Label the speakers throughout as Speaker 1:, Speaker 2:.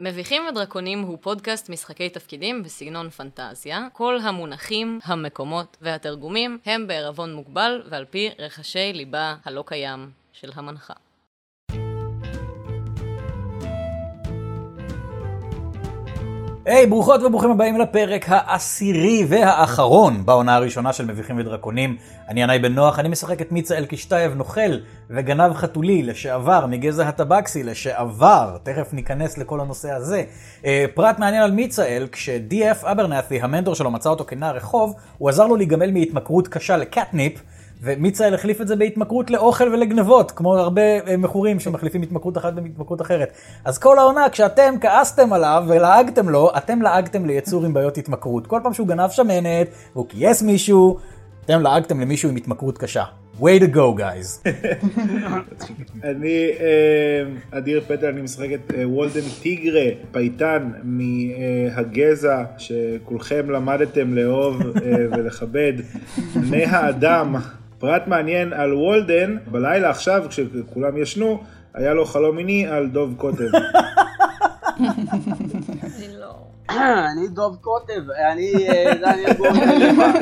Speaker 1: מביכים ודרקונים הוא פודקאסט משחקי תפקידים בסגנון פנטזיה. כל המונחים, המקומות והתרגומים הם בעירבון מוגבל ועל פי רחשי ליבה הלא קיים של המנחה.
Speaker 2: היי, hey, ברוכות וברוכים הבאים לפרק העשירי והאחרון בעונה הראשונה של מביכים ודרקונים. אני ינאי בן נוח, אני משחק את מיצה אלקישטייב, נוכל וגנב חתולי, לשעבר, מגזע הטבקסי, לשעבר, תכף ניכנס לכל הנושא הזה. אה, פרט מעניין על מיצאל, כש-DF אברנאטי, המנטור שלו, מצא אותו כנער רחוב, הוא עזר לו להיגמל מהתמכרות קשה לקטניפ. ומיצאל החליף את זה בהתמכרות לאוכל ולגנבות, כמו הרבה אה, מכורים שמחליפים התמכרות אחת בהתמכרות אחרת. אז כל העונה, כשאתם כעסתם עליו ולעגתם לו, אתם לעגתם ליצור עם בעיות התמכרות. כל פעם שהוא גנב שמנת, והוא כייס מישהו, אתם לעגתם למישהו עם התמכרות קשה. way to go guys.
Speaker 3: אני אה, אדיר פטר, אני משחק את אה, וולדן טיגרה, פייטן מהגזע שכולכם למדתם לאהוב אה, ולכבד, בני האדם. פרט מעניין על וולדן, בלילה עכשיו כשכולם ישנו, היה לו חלום מיני על דוב קוטב.
Speaker 1: לא-
Speaker 4: אני דוב קוטב, אני אה, דניאל גורי דלימה.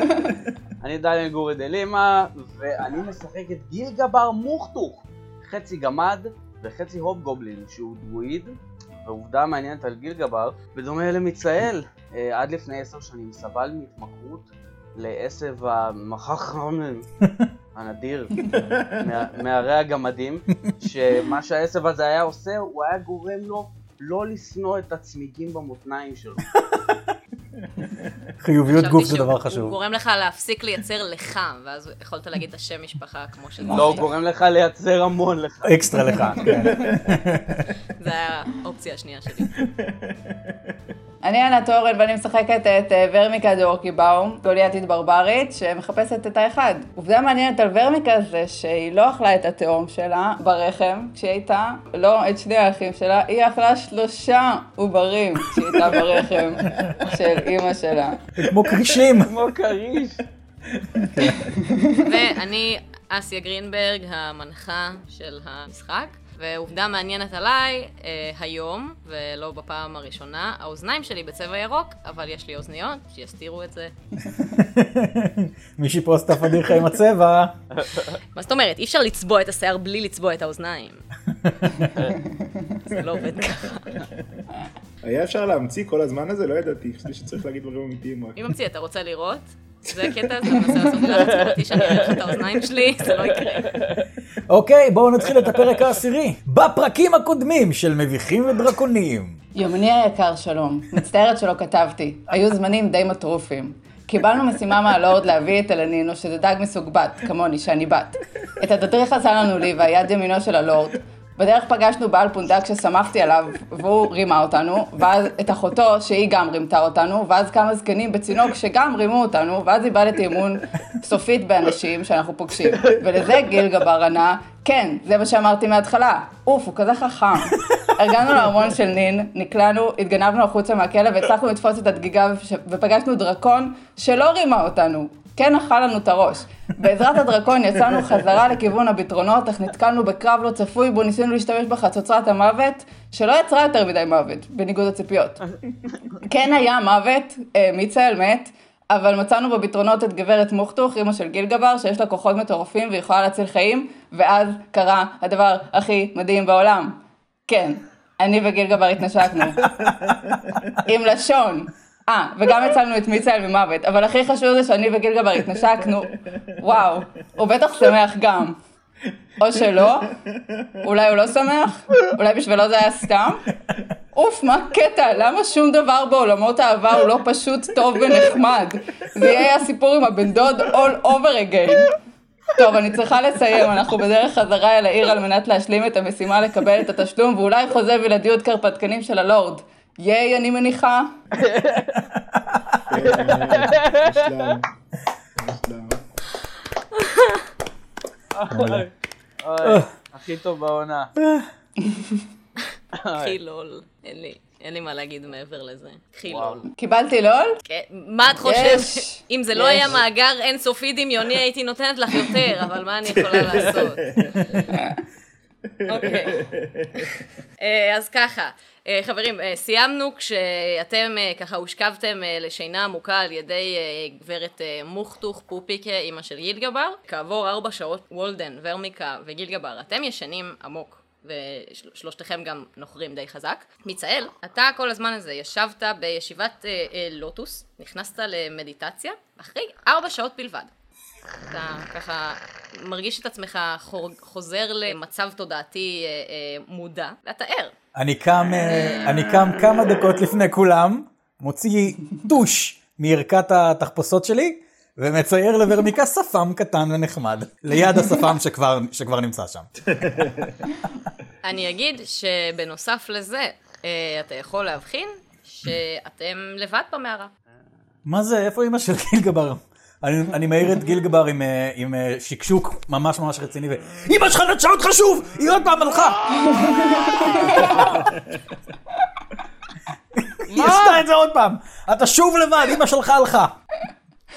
Speaker 4: אני דניאל גורי דלימה, ואני משחק את גיל גבר מוכתוך, חצי גמד וחצי הוב גובלין, שהוא דרואיד, ועובדה מעניינת על גיל גבר, בדומה למצאל, אה, עד לפני עשר שנים סבל מהתמכרות לעשב המחך הנדיר מה- מהרי הגמדים, שמה שהעשב הזה היה עושה, הוא היה גורם לו לא לשנוא את הצמיגים במותניים שלו.
Speaker 2: חיוביות
Speaker 1: חשבתי
Speaker 2: גוף זה
Speaker 1: שהוא-
Speaker 2: דבר
Speaker 1: הוא
Speaker 2: חשוב.
Speaker 1: גורם לך להפסיק לייצר לך, ואז יכולת להגיד את השם משפחה כמו שזה.
Speaker 4: לא, הוא גורם לך לייצר המון לך.
Speaker 2: אקסטרה לך, כן.
Speaker 1: זה היה האופציה השנייה שלי.
Speaker 5: אני ענת אורן ואני משחקת את אה, ורמיקה דורקיבאום, גוליאתית ברברית, שמחפשת את האחד. עובדה מעניינת על ורמיקה זה שהיא לא אכלה את התאום שלה ברחם כשהיא הייתה, לא את שני האחים שלה, היא אכלה שלושה עוברים כשהיא הייתה ברחם של אימא שלה.
Speaker 2: כמו כרישים.
Speaker 4: כמו כריש.
Speaker 1: ואני אסיה גרינברג, המנחה של המשחק. ועובדה מעניינת עליי, אה, היום, ולא בפעם הראשונה, האוזניים שלי בצבע ירוק, אבל יש לי אוזניות, שיסתירו את זה.
Speaker 2: מי שיפרוס את הפדיחה עם הצבע.
Speaker 1: מה זאת אומרת, אי אפשר לצבוע את השיער בלי לצבוע את האוזניים. זה לא עובד ככה.
Speaker 3: היה אפשר להמציא כל הזמן הזה? לא ידעתי, חשבתי שצריך להגיד דברים אמיתיים רק.
Speaker 1: מי ממציא, אתה רוצה לראות? זה הקטע, אז אתה מנסה לעשות לחץ חברתי שאני אראה לך את האוזניים שלי, זה לא יקרה.
Speaker 2: אוקיי, בואו נתחיל את הפרק העשירי. בפרקים הקודמים של מביכים ודרקונים.
Speaker 5: יומני היקר שלום, מצטערת שלא כתבתי, היו זמנים די מטרופים. קיבלנו משימה מהלורד להביא את אלנינו, שזה דג מסוג בת, כמוני, שאני בת. את התדריך עשה לנו לי והיד ימינו של הלורד. בדרך פגשנו בעל פונדק ששמחתי עליו, והוא רימה אותנו, ואז את אחותו, שהיא גם רימתה אותנו, ואז כמה זקנים בצינוק שגם רימו אותנו, ואז איבדתי אמון סופית באנשים שאנחנו פוגשים. ולזה גיל גבר ענה, כן, זה מה שאמרתי מההתחלה. אוף, הוא כזה חכם. הגענו לארמון של נין, נקלענו, התגנבנו החוצה מהכלא והצלחנו לתפוס את הדגיגה וש- ופגשנו דרקון שלא רימה אותנו, כן אכל לנו את הראש. בעזרת הדרקון יצאנו חזרה לכיוון הביטרונות, אך נתקלנו בקרב לא צפוי בו ניסינו להשתמש בחצוצרת המוות, שלא יצרה יותר מדי מוות, בניגוד לציפיות. כן היה מוות, אה, מיצאל מת, אבל מצאנו בביטרונות את גברת מוכתוך, אימא של גיל גבר, שיש לה כוחות מטורפים ויכולה להציל חיים, ואז קרה הדבר הכי מדהים בעולם. כן, אני וגיל גבר התנשקנו. עם לשון. אה, וגם הצלנו את מיצאל ממוות, אבל הכי חשוב זה שאני וגיל גבר התנשקנו. וואו, הוא בטח שמח גם. או שלא, אולי הוא לא שמח, אולי בשבילו זה היה סתם. אוף, מה הקטע? למה שום דבר בעולמות העבר הוא לא פשוט טוב ונחמד? זה יהיה הסיפור עם הבן דוד all over again. טוב, אני צריכה לסיים, אנחנו בדרך חזרה אל העיר על מנת להשלים את המשימה לקבל את התשלום, ואולי חוזה בלעדיות קרפתקנים של הלורד. ייי, אני מניחה.
Speaker 3: אה, מושלם. מושלם.
Speaker 4: אוי, הכי טוב בעונה.
Speaker 1: קחי לול, אין לי, אין לי מה להגיד מעבר לזה. קחי
Speaker 4: וואו.
Speaker 1: לול.
Speaker 5: קיבלתי לול?
Speaker 1: כן, מה את חושבת?
Speaker 5: יש.
Speaker 1: אם זה לא
Speaker 5: יש.
Speaker 1: היה מאגר אינסופי דמיוני, הייתי נותנת לך יותר, אבל מה אני יכולה לעשות? אוקיי. אה, אז ככה, אה, אה, חברים, אה, סיימנו כשאתם אה, ככה הושכבתם אה, לשינה עמוקה על ידי אה, גברת אה, מוכתוך פופיקה, אימא של גילגבר. כעבור ארבע שעות וולדן, ורמיקה וגילגבר, אתם ישנים עמוק. ושלושתכם גם נוחרים די חזק. מיצאל, אתה כל הזמן הזה ישבת בישיבת אה, אה, לוטוס, נכנסת למדיטציה, אחרי ארבע שעות בלבד. אתה ככה מרגיש את עצמך חור- חוזר למצב תודעתי אה, אה, מודע, ואתה ער.
Speaker 2: אני קם, אה, אני קם כמה דקות לפני כולם, מוציא טוש מערכת התחפושות שלי, ומצייר לוורמיקה שפם קטן ונחמד, ליד השפם שכבר, שכבר נמצא שם.
Speaker 1: אני אגיד שבנוסף לזה, אה, אתה יכול להבחין שאתם לבד במערה.
Speaker 2: מה זה, איפה אימא של גילגבר? אני, אני מעיר את גילגבר עם, אה, עם אה, שקשוק ממש ממש רציני, ו... אמא שלך נטשה אותך שוב! היא עוד פעם הלכה! היא עשתה את זה עוד פעם! אתה שוב לבד, אמא שלך הלכה!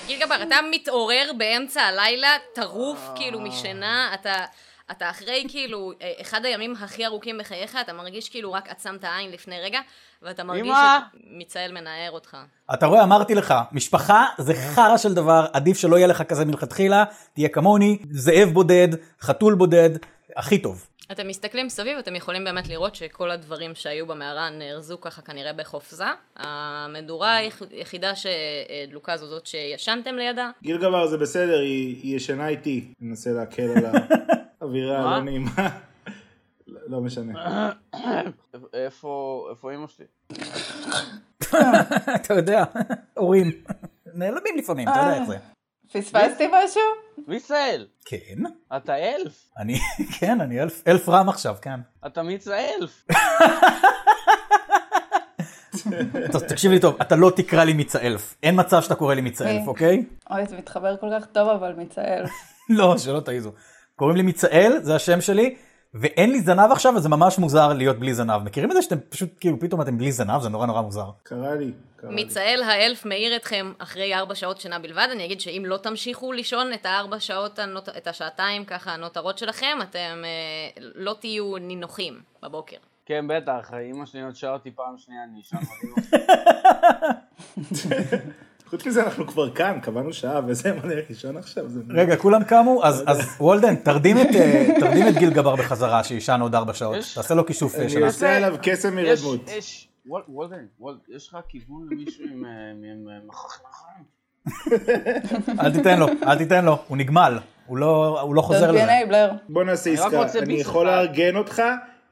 Speaker 1: גיל גבר, אתה מתעורר באמצע הלילה, טרוף כאילו משינה, אתה... אתה אחרי כאילו אה, אחד הימים הכי ארוכים בחייך, אתה מרגיש כאילו רק עצמת עין לפני רגע, ואתה מרגיש
Speaker 4: אמא!
Speaker 1: שמיצאל מנער אותך.
Speaker 2: אתה רואה, אמרתי לך, משפחה זה חרא של דבר, עדיף שלא יהיה לך כזה מלכתחילה, תהיה כמוני, זאב בודד, חתול בודד, הכי טוב.
Speaker 1: אתם מסתכלים סביב, אתם יכולים באמת לראות שכל הדברים שהיו במערה נארזו ככה כנראה בחופזה. המדורה היח- היחידה שדלוקה זו זאת שישנתם לידה.
Speaker 3: גיל גבר זה בסדר, היא היא ישנה איתי. אני מנסה להקל על האווירה
Speaker 4: מה?
Speaker 3: הלא נעימה. לא משנה.
Speaker 4: איפה, איפה אמא שלי?
Speaker 2: אתה יודע, הורים נעלמים לפעמים, אתה יודע איך זה.
Speaker 5: פספסתי משהו?
Speaker 4: מיצאל,
Speaker 2: אה. כן,
Speaker 4: אתה אלף,
Speaker 2: אני, כן, אני אלף- אלף רם עכשיו, כן.
Speaker 4: אתה מיץ האלף.
Speaker 2: ת- תקשיב לי טוב, אתה לא תקרא לי מיץ האלף, אין מצב שאתה קורא לי מיץ האלף,
Speaker 5: אוקיי.
Speaker 2: אוקיי?
Speaker 5: אוי, זה מתחבר כל כך טוב, אבל מצער.
Speaker 2: לא, שלא תעיזו. קוראים לי מיצאל, זה השם שלי, ואין לי זנב עכשיו, אז זה ממש מוזר להיות בלי זנב. מכירים את זה שאתם פשוט, כאילו, פתאום אתם בלי זנב? זה נורא נורא מוזר.
Speaker 3: קרה לי. קרה לי.
Speaker 1: מיצאל האלף מעיר אתכם אחרי ארבע שעות שינה בלבד, אני אגיד שאם לא תמשיכו לישון את הארבע שעות, הנות... את השעתיים ככה הנותרות שלכם, אתם אה, לא תהיו נינוחים בבוקר.
Speaker 4: כן, בטח, אמא שלי נוטשה אותי פעם שנייה, אני אשן מדהים.
Speaker 3: חוץ מזה אנחנו כבר כאן, קבענו שעה וזה, מה נלך לישון עכשיו? זה-
Speaker 2: רגע, כולם קמו? אז אז וולדן, תרדים את, אה, תרדים את גיל גבר בחזרה, שישן עוד ארבע שעות.
Speaker 4: יש-
Speaker 2: תעשה לו כיסוף אה,
Speaker 3: אני
Speaker 2: שלה.
Speaker 3: עושה עליו קסם
Speaker 4: יש,
Speaker 3: מרדמות.
Speaker 4: יש, וול- וולדן, וולד, יש לך כיוון למישהו עם, אה, עם אה, מחכים?
Speaker 2: אל תיתן לו, אל תיתן לו, הוא נגמל. הוא לא הוא לא חוזר
Speaker 5: זאת
Speaker 2: לזה.
Speaker 5: אנבלר.
Speaker 3: בוא נעשה
Speaker 4: אני רק רוצה
Speaker 3: עסקה, אני
Speaker 4: ביס
Speaker 3: יכול
Speaker 4: אחד.
Speaker 3: לארגן אותך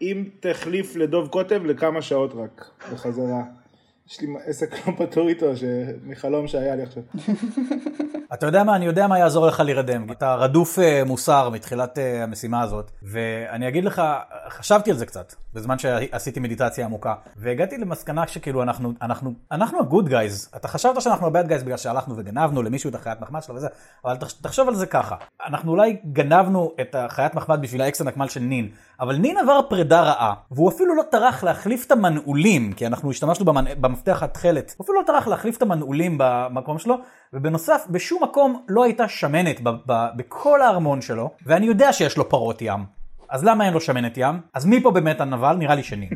Speaker 3: אם תחליף לדוב קוטב לכמה שעות רק, בחזרה. יש לי עסק לא פתור איתו, ש- מחלום שהיה לי עכשיו.
Speaker 2: אתה יודע מה, אני יודע מה יעזור לך להירדם. אתה רדוף אה, מוסר מתחילת אה, המשימה הזאת, ואני אגיד לך, חשבתי על זה קצת, בזמן שעשיתי מדיטציה עמוקה, והגעתי למסקנה שכאילו אנחנו, אנחנו, אנחנו ה-good guys. אתה חשבת שאנחנו ה-bad guys בגלל שהלכנו וגנבנו למישהו את החיית מחמד שלו וזה, אבל תחש- תחשוב על זה ככה, אנחנו אולי גנבנו את החיית מחמד בשביל האקס הנקמל של נין, אבל נין עבר פרידה רעה, והוא אפילו לא טרח להחליף את המנעולים, כי אנחנו השתמשנו במנ- במפתח התכלת, הוא אפילו לא טרח להחליף את המנעולים במקום שלו, ובנוסף, בשום מקום לא הייתה שמנת ב- ב- בכל הארמון שלו, ואני יודע שיש לו פרות ים. אז למה אין לו שמנת ים? אז מי פה באמת הנבל? נראה לי שנין.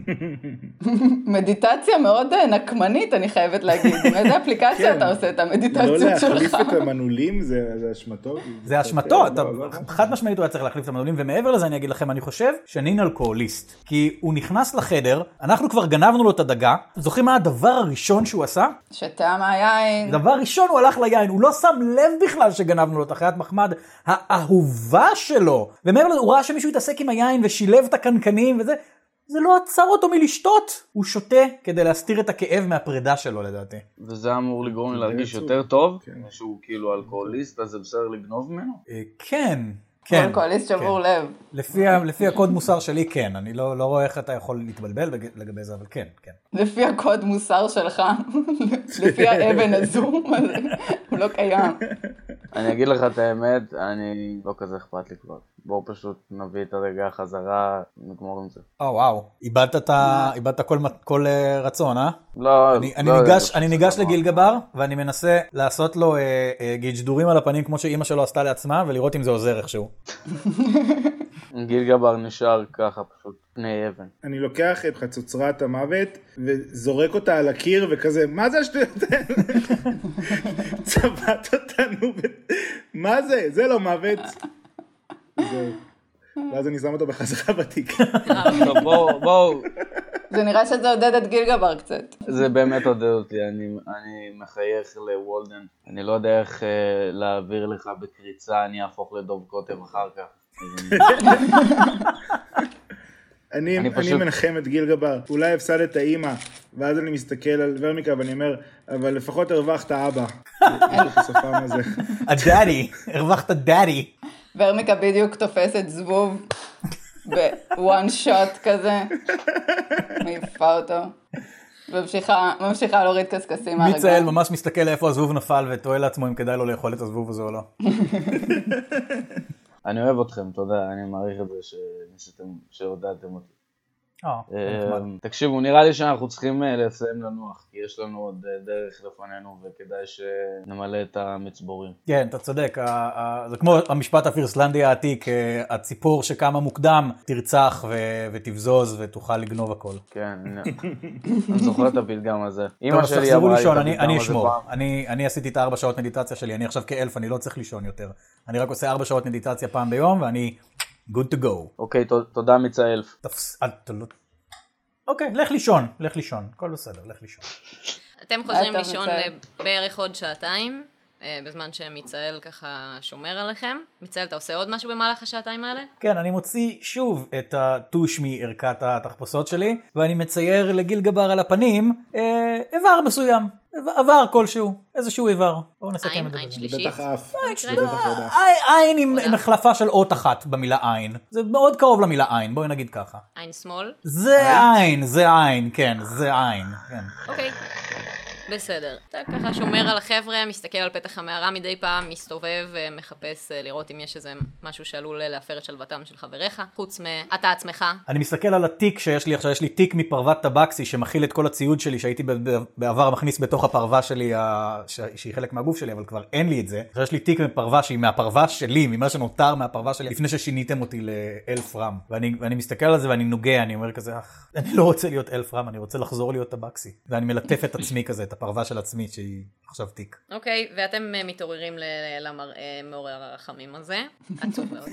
Speaker 5: מדיטציה מאוד אה, נקמנית, אני חייבת להגיד. מאיזה אפליקציה אתה עושה את
Speaker 3: כן. לא
Speaker 5: המדיטציות
Speaker 3: להחליף
Speaker 5: שלך?
Speaker 3: את המנעולים זה זה אשמתו?
Speaker 2: זה אשמתו, אתה-
Speaker 3: לא, לא, לא.
Speaker 2: חד משמעית הוא היה צריך להחליף את המנעולים, ומעבר לזה אני אגיד לכם, אני חושב שנין אלכוהוליסט. כי הוא נכנס לחדר, אנחנו כבר גנבנו לו את הדגה, זוכרים מה הדבר הראשון שהוא עשה?
Speaker 5: שתה מהיין.
Speaker 2: דבר ראשון הוא הלך ליין, הוא לא שם לב בכלל שגנבנו לו את החיית מחמד האהובה שלו. ומעבר לזה, הוא ראה שמישהו התעסק עם היין ושילב את הקנקנים וזה, זה לא עצר אותו מלשתות. הוא שותה כדי להסתיר את הכאב מהפרידה שלו לדעתי. אה,
Speaker 4: וזה אמור לגרום לי להרגיש
Speaker 3: עצוב.
Speaker 4: יותר טוב,
Speaker 3: כן.
Speaker 4: שהוא כאילו אלכוהוליסט, אז זה בסדר לגנוב ממנו?
Speaker 2: אה, כן, כן.
Speaker 5: אלכוהוליסט שבור לב.
Speaker 2: לפי, ה- לפי הקוד מוסר שלי כן, אני לא, לא רואה איך אתה יכול להתבלבל בג- לגבי זה, אבל כן, כן.
Speaker 5: לפי הקוד מוסר שלך, לפי האבן הזו, הוא לא קיים.
Speaker 4: אני אגיד לך את האמת, אני לא כזה אכפת לי כבר. בואו פשוט נביא את הרגע חזרה, נגמור עם זה.
Speaker 2: או וואו, איבדת, את ה... איבדת כל, מת- כל אה, רצון, אה?
Speaker 4: לא,
Speaker 2: אני,
Speaker 4: לא,
Speaker 2: אני,
Speaker 4: לא,
Speaker 2: ניגש,
Speaker 4: לא,
Speaker 2: אני ניגש
Speaker 4: לא.
Speaker 2: לגיל גבר, ואני מנסה לעשות לו אה, אה, גידשדורים על הפנים כמו שאימא שלו עשתה לעצמה, ולראות אם זה עוזר איכשהו.
Speaker 4: גיל גבר נשאר ככה פשוט, פני אבן.
Speaker 3: אני לוקח את חצוצרת המוות וזורק אותה על הקיר וכזה, מה זה השטויות האלה? צבט אותנו, ב- מה זה? זה לא מוות. זהו. ואז אני שם אותה בחזרה בתיק.
Speaker 4: טוב, בואו, בואו,
Speaker 5: זה נראה שזה עודד את גיל גבר קצת.
Speaker 4: זה באמת עודד אותי, אני, אני מחייך לוולדן. אני לא יודע איך uh, להעביר לך בקריצה, אני אהפוך לדוב קוטב אחר כך. אז אני-
Speaker 3: אני,
Speaker 4: אני
Speaker 3: אני,
Speaker 4: פשוט-
Speaker 3: אני מנחם את גיל גבר, אולי הפסד את האימא, ואז אני מסתכל על ורמיקה ואני אומר, אבל לפחות הרווחת אבא. יש לי שפה מה זה.
Speaker 2: הדאדי, הרווחת דאדי.
Speaker 5: ורמיקה בדיוק תופסת זבוב בוואן שוט כזה, מעיפה אותו, וממשיכה ממשיכה להוריד
Speaker 2: מיצאל
Speaker 5: קשקשים מהרגליים.
Speaker 2: ממש מסתכל לאיפה הזבוב נפל ותוהה לעצמו אם כדאי לו לאכול את הזבוב הזה או לא.
Speaker 4: אני אוהב אתכם, תודה, אני מעריך את זה שניסיתם, שהודעתם אותי.
Speaker 2: אה, זה נחמד.
Speaker 4: אה, תקשיבו, נראה לי שאנחנו צריכים אה, לסיים לנוח, כי יש לנו עוד אה, דרך לפנינו, וכדאי שנמלא את המצבורים.
Speaker 2: כן, אתה צודק, ה- ה- זה כמו המשפט הפירסלנדי העתיק, אה, הציפור שקמה מוקדם תרצח ו- ותבזוז ותוכל לגנוב הכל.
Speaker 4: כן, אני- אני זוכר את הפתגם הזה.
Speaker 2: טוב,
Speaker 4: אמא
Speaker 2: אז
Speaker 4: שלי
Speaker 2: תחזרו
Speaker 4: אמרה לי את
Speaker 2: לישון, אני-
Speaker 4: הפתגם
Speaker 2: אני
Speaker 4: הזה
Speaker 2: אשמור.
Speaker 4: פעם.
Speaker 2: אני אני עשיתי את הארבע שעות מדיטציה שלי, אני עכשיו כאלף, אני לא צריך לישון יותר. אני רק עושה ארבע שעות מדיטציה פעם ביום, ואני good to go.
Speaker 4: אוקיי, ת- תודה מיצה אלף.
Speaker 2: תפס... אל- אתה לא- אוקיי, לך לישון, לך לישון, הכל בסדר, לך לישון.
Speaker 1: אתם חוזרים
Speaker 5: אתה
Speaker 1: לישון
Speaker 5: מצער.
Speaker 1: אה, בערך עוד שעתיים, אה, בזמן שמיצאל ככה שומר עליכם. מיצאל, אתה עושה עוד משהו במהלך השעתיים האלה?
Speaker 2: כן, אני מוציא שוב את הטוש מערכת התחפושות שלי, ואני מצייר לגיל גבר על הפנים אה, איבר מסוים, איב- איבר כלשהו, איזשהו איבר. בואו נסכם
Speaker 1: עין,
Speaker 2: את זה.
Speaker 1: עין
Speaker 2: בזה.
Speaker 1: שלישית.
Speaker 3: בטח אף.
Speaker 1: יקרה?
Speaker 3: בטח עוד אף.
Speaker 2: עי- עין עם עם החלפה של אות אחת במילה עין. זה מאוד קרוב למילה עין, בואי נגיד ככה.
Speaker 1: עין שמאל.
Speaker 2: זה עין, זה עין, כן, זה עין. כן.
Speaker 1: אוקיי. בסדר. אתה ככה שומר על החבר'ה, מסתכל על פתח המערה מדי פעם, מסתובב ומחפש אה, לראות אם יש איזה משהו שעלול אה, להפר את שלוותם של חבריך, חוץ מאתה עצמך.
Speaker 2: אני מסתכל על התיק שיש לי עכשיו, יש לי תיק מפרוות טבקסי שמכיל את כל הציוד שלי שהייתי ב- ב- בעבר מכניס בתוך הפרווה שלי, ה- ש- שהיא חלק מהגוף שלי, אבל כבר אין לי את זה. עכשיו יש לי תיק מפרווה שהיא מהפרווה שלי, ממה שנותר מהפרווה שלי, לפני ששיניתם אותי לאלף רם. ואני, ואני מסתכל על זה ואני נוגע, אני אומר כזה, אך, אני לא רוצה להיות אלף רם, אני רוצה לחזור להיות טבקסי. ואני מלטף את עצמי כזה, את הפרווה של עצמי שהיא עכשיו תיק.
Speaker 1: אוקיי, ואתם אה, מתעוררים ל- למראה מעורר הרחמים הזה. עצוב מאוד.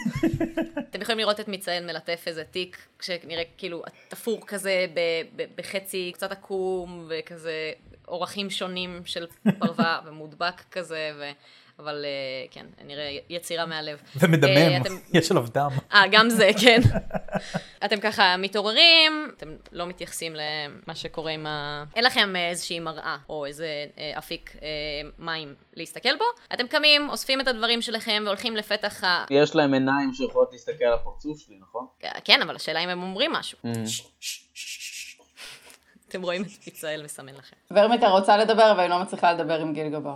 Speaker 1: אתם יכולים לראות את מיצאל מלטף איזה תיק, שנראה כאילו תפור כזה ב- ב- בחצי קצת עקום, וכזה אורכים שונים של פרווה, ומודבק כזה, ו... אבל אה, כן, נראה יצירה מהלב. אה,
Speaker 2: ומדמם,
Speaker 1: אתם-
Speaker 2: יש עליו דם.
Speaker 1: אה, גם זה, כן. אתם ככה מתעוררים, אתם לא מתייחסים למה שקורה עם ה... אין לכם אה, איזושהי מראה או איזה אה, אפיק אה, מים להסתכל בו. אתם קמים, אוספים את הדברים שלכם והולכים לפתח ה...
Speaker 4: יש להם עיניים שיכולות להסתכל על הפרצוף שלי, נכון?
Speaker 1: כן, אבל השאלה אם הם אומרים משהו. אתם רואים את פיצאל מסמן לכם.
Speaker 5: ורמיקה רוצה לדבר, אבל היא לא מצליחה לדבר עם גיל גבר.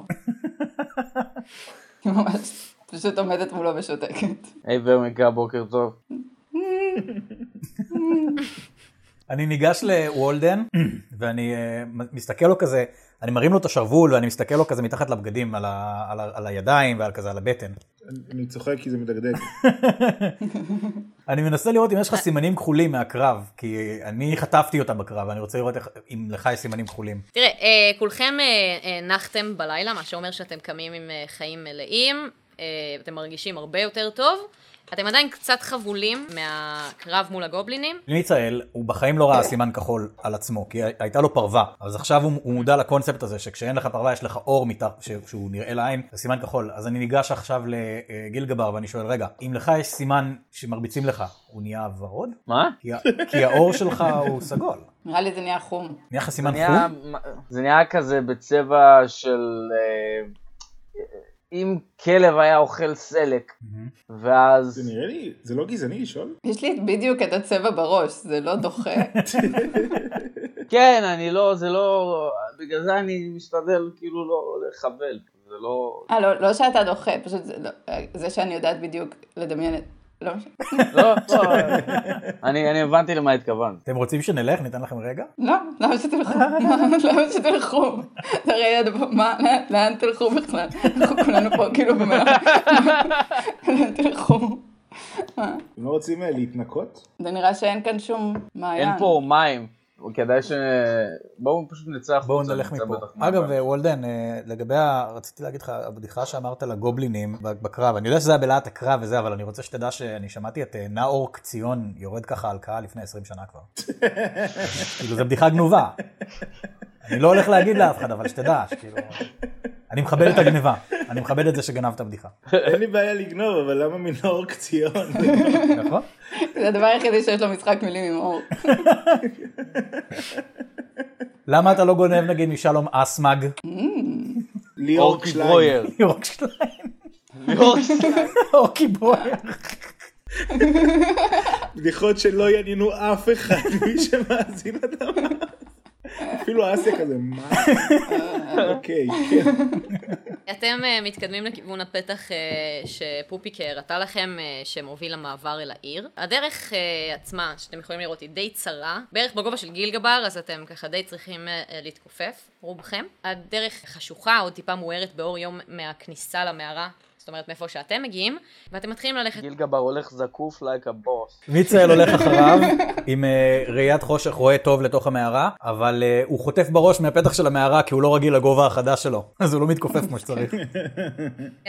Speaker 5: היא ממש פשוט עומדת מולו ושותקת.
Speaker 4: היי ורמיקה, בוקר טוב.
Speaker 2: אני ניגש לוולדן, ואני אה, מסתכל לו כזה, אני מרים לו את השרוול, ואני מסתכל לו כזה מתחת לבגדים, על, ה, על, ה, על הידיים ועל כזה, על הבטן.
Speaker 3: אני צוחק כי זה מדגדג.
Speaker 2: אני מנסה לראות אם יש לך סימנים כחולים מהקרב, כי אני חטפתי אותם בקרב, ואני רוצה לראות איך, אם לך יש סימנים כחולים.
Speaker 1: תראה, אה, כולכם אה, אה, נחתם בלילה, מה שאומר שאתם קמים עם אה, חיים מלאים, אה, אתם מרגישים הרבה יותר טוב. אתם עדיין קצת חבולים מהקרב מול הגובלינים.
Speaker 2: ניצאל, הוא בחיים לא ראה סימן כחול על עצמו, כי הייתה לו פרווה. אז עכשיו הוא, הוא מודע לקונספט הזה, שכשאין לך פרווה יש לך אור מתח, ש, שהוא נראה לעין, זה סימן כחול. אז אני ניגש עכשיו לגיל גבר ואני שואל, רגע, אם לך יש סימן שמרביצים לך, הוא נהיה ורוד?
Speaker 4: מה?
Speaker 2: כי ה- כי האור שלך הוא סגול.
Speaker 5: נראה לי זה נהיה חום.
Speaker 2: נהיה לך סימן
Speaker 4: נהיה-
Speaker 2: חום?
Speaker 4: זה נהיה כזה בצבע של... אה, אם כלב היה אוכל סלק,
Speaker 3: זה
Speaker 4: ואז...
Speaker 3: נראה לי, זה לא גזעני לשאול?
Speaker 5: יש לי בדיוק את הצבע בראש, זה לא דוחה.
Speaker 4: כן, אני לא, זה לא... בגלל זה אני משתדל כאילו לא לחבל. זה לא...
Speaker 5: אה, לא, לא שאתה דוחה, פשוט זה, לא, זה שאני יודעת בדיוק לדמיין את... לא משנה.
Speaker 4: לא, לא. אני אני הבנתי למה התכוונת.
Speaker 2: אתם רוצים שנלך? ניתן לכם רגע?
Speaker 5: לא, למה שתלכו? למה שתלכו? זה הרי עד פה, מה, לאן- לאן תלכו בכלל? אנחנו כולנו פה כאילו במלאכה. לאן תלכו?
Speaker 3: אתם לא רוצים אה, להתנקות?
Speaker 5: זה נראה שאין כאן שום מעיין.
Speaker 4: אין פה מים. כדאי ש... בואו פשוט נצא החוצה.
Speaker 2: בואו נלך
Speaker 4: נמצא
Speaker 2: מפה.
Speaker 4: בטח מים.
Speaker 2: אגב, אה, וולדן, אה, לגבי, ה- רציתי להגיד לך, הבדיחה שאמרת לגובלינים בקרב, אני יודע שזה היה בלהט הקרב וזה, אבל אני רוצה שתדע שאני שמעתי את אה, נאור קציון יורד ככה על קהל לפני 20 שנה כבר. כאילו, זו בדיחה גנובה. אני לא הולך להגיד לאף אחד, אבל שתדע, שכאילו... אני מכבד את הגניבה, אני מכבד את זה שגנבת בדיחה.
Speaker 3: אין לי בעיה לגנוב, אבל למה מנאור קציון?
Speaker 2: נכון?
Speaker 5: זה הדבר היחידי שיש לו משחק מילים עם אור.
Speaker 2: למה אתה לא גונב נגיד משלום אסמג?
Speaker 3: ליאור
Speaker 4: אורקי
Speaker 3: קשליין.
Speaker 4: ברויר.
Speaker 2: יורק שלהם,
Speaker 4: ליאור קשליין.
Speaker 2: אורקי ברויר.
Speaker 3: בדיחות שלא יעניינו אף אחד ממי שמאזין לדבר. אפילו אסיה כזה, מה? אוקיי, כן.
Speaker 1: אתם אה, מתקדמים לכיוון הפתח אה, שפופיק הראתה לכם אה, שמוביל למעבר אל העיר. הדרך אה, עצמה שאתם יכולים לראות היא די צרה, בערך בגובה של גילגבר אז אתם ככה די צריכים אה, אה, להתכופף, רובכם. הדרך חשוכה, עוד טיפה מוארת באור יום מהכניסה למערה, זאת אומרת מאיפה שאתם מגיעים, ואתם מתחילים ללכת
Speaker 4: גיל גבר הולך זקוף לייק הבוס.
Speaker 2: מיצאל הולך אחריו עם אה, ראיית חושך רואה טוב לתוך המערה, אבל אה, הוא חוטף בראש מהפתח של המערה כי הוא לא רגיל לגובה החדש שלו, אז הוא לא מתכופף כמו שצריך.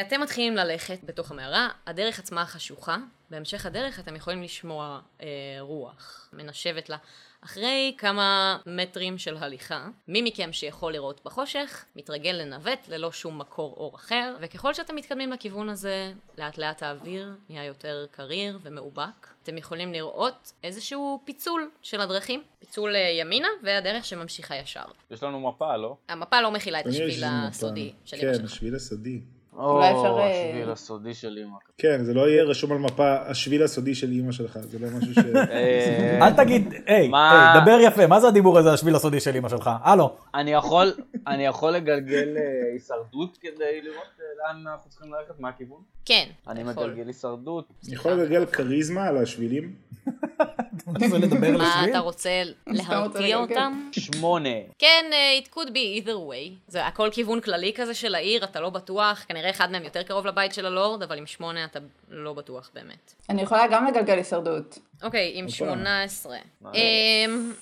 Speaker 1: אתם מתחילים ללכת בתוך המערה, הדרך עצמה חשוכה, בהמשך הדרך אתם יכולים לשמוע אה, רוח מנשבת לה. אחרי כמה מטרים של הליכה, מי מכם שיכול לראות בחושך, מתרגל לנווט ללא שום מקור אור אחר, וככל שאתם מתקדמים לכיוון הזה, לאט לאט האוויר נהיה יותר קריר ומאובק. אתם יכולים לראות איזשהו פיצול של הדרכים, פיצול אה, ימינה והדרך שממשיכה ישר.
Speaker 4: יש לנו מפה, לא?
Speaker 1: המפה לא מכילה את
Speaker 3: יש לי
Speaker 1: השביל
Speaker 3: מפה.
Speaker 1: הסודי של אמא
Speaker 3: כן,
Speaker 1: שלך.
Speaker 3: השביל הסודי.
Speaker 5: אולי אפשר,
Speaker 4: או,
Speaker 5: אה,
Speaker 4: השביל הסודי של אמא.
Speaker 3: כן, זה לא יהיה רשום על מפה, השביל הסודי של אימא שלך, זה לא משהו ש...
Speaker 4: אה,
Speaker 2: אל תגיד, היי,
Speaker 4: מה?
Speaker 2: היי, דבר יפה, מה זה הדיבור הזה, השביל הסודי של אמא שלך? הלו,
Speaker 4: אני יכול, אני יכול לגלגל אה, הישרדות כדי לראות אה, לאן אנחנו צריכים ללכת, מה הכיוון?
Speaker 1: כן,
Speaker 4: אני
Speaker 1: אתה יכול.
Speaker 4: מגלגל הישרדות.
Speaker 3: אני יכול לגלגל כריזמה על השבילים?
Speaker 2: אתה מנסה לדבר
Speaker 1: מה
Speaker 2: לשביל?
Speaker 1: אתה רוצה
Speaker 5: רוצה
Speaker 1: להרתיע
Speaker 5: לגלגל?
Speaker 1: אותם?
Speaker 4: שמונה.
Speaker 1: כן, אה, it could be either way. זה הכל כיוון כללי כזה של העיר, אתה לא בטוח, כנראה אחד מהם יותר קרוב לבית של הלורד, אבל עם שמונה אתה לא בטוח באמת.
Speaker 5: אני יכולה גם לגלגל הישרדות.
Speaker 1: אוקיי, עם
Speaker 5: נכון.
Speaker 1: 18. אמ,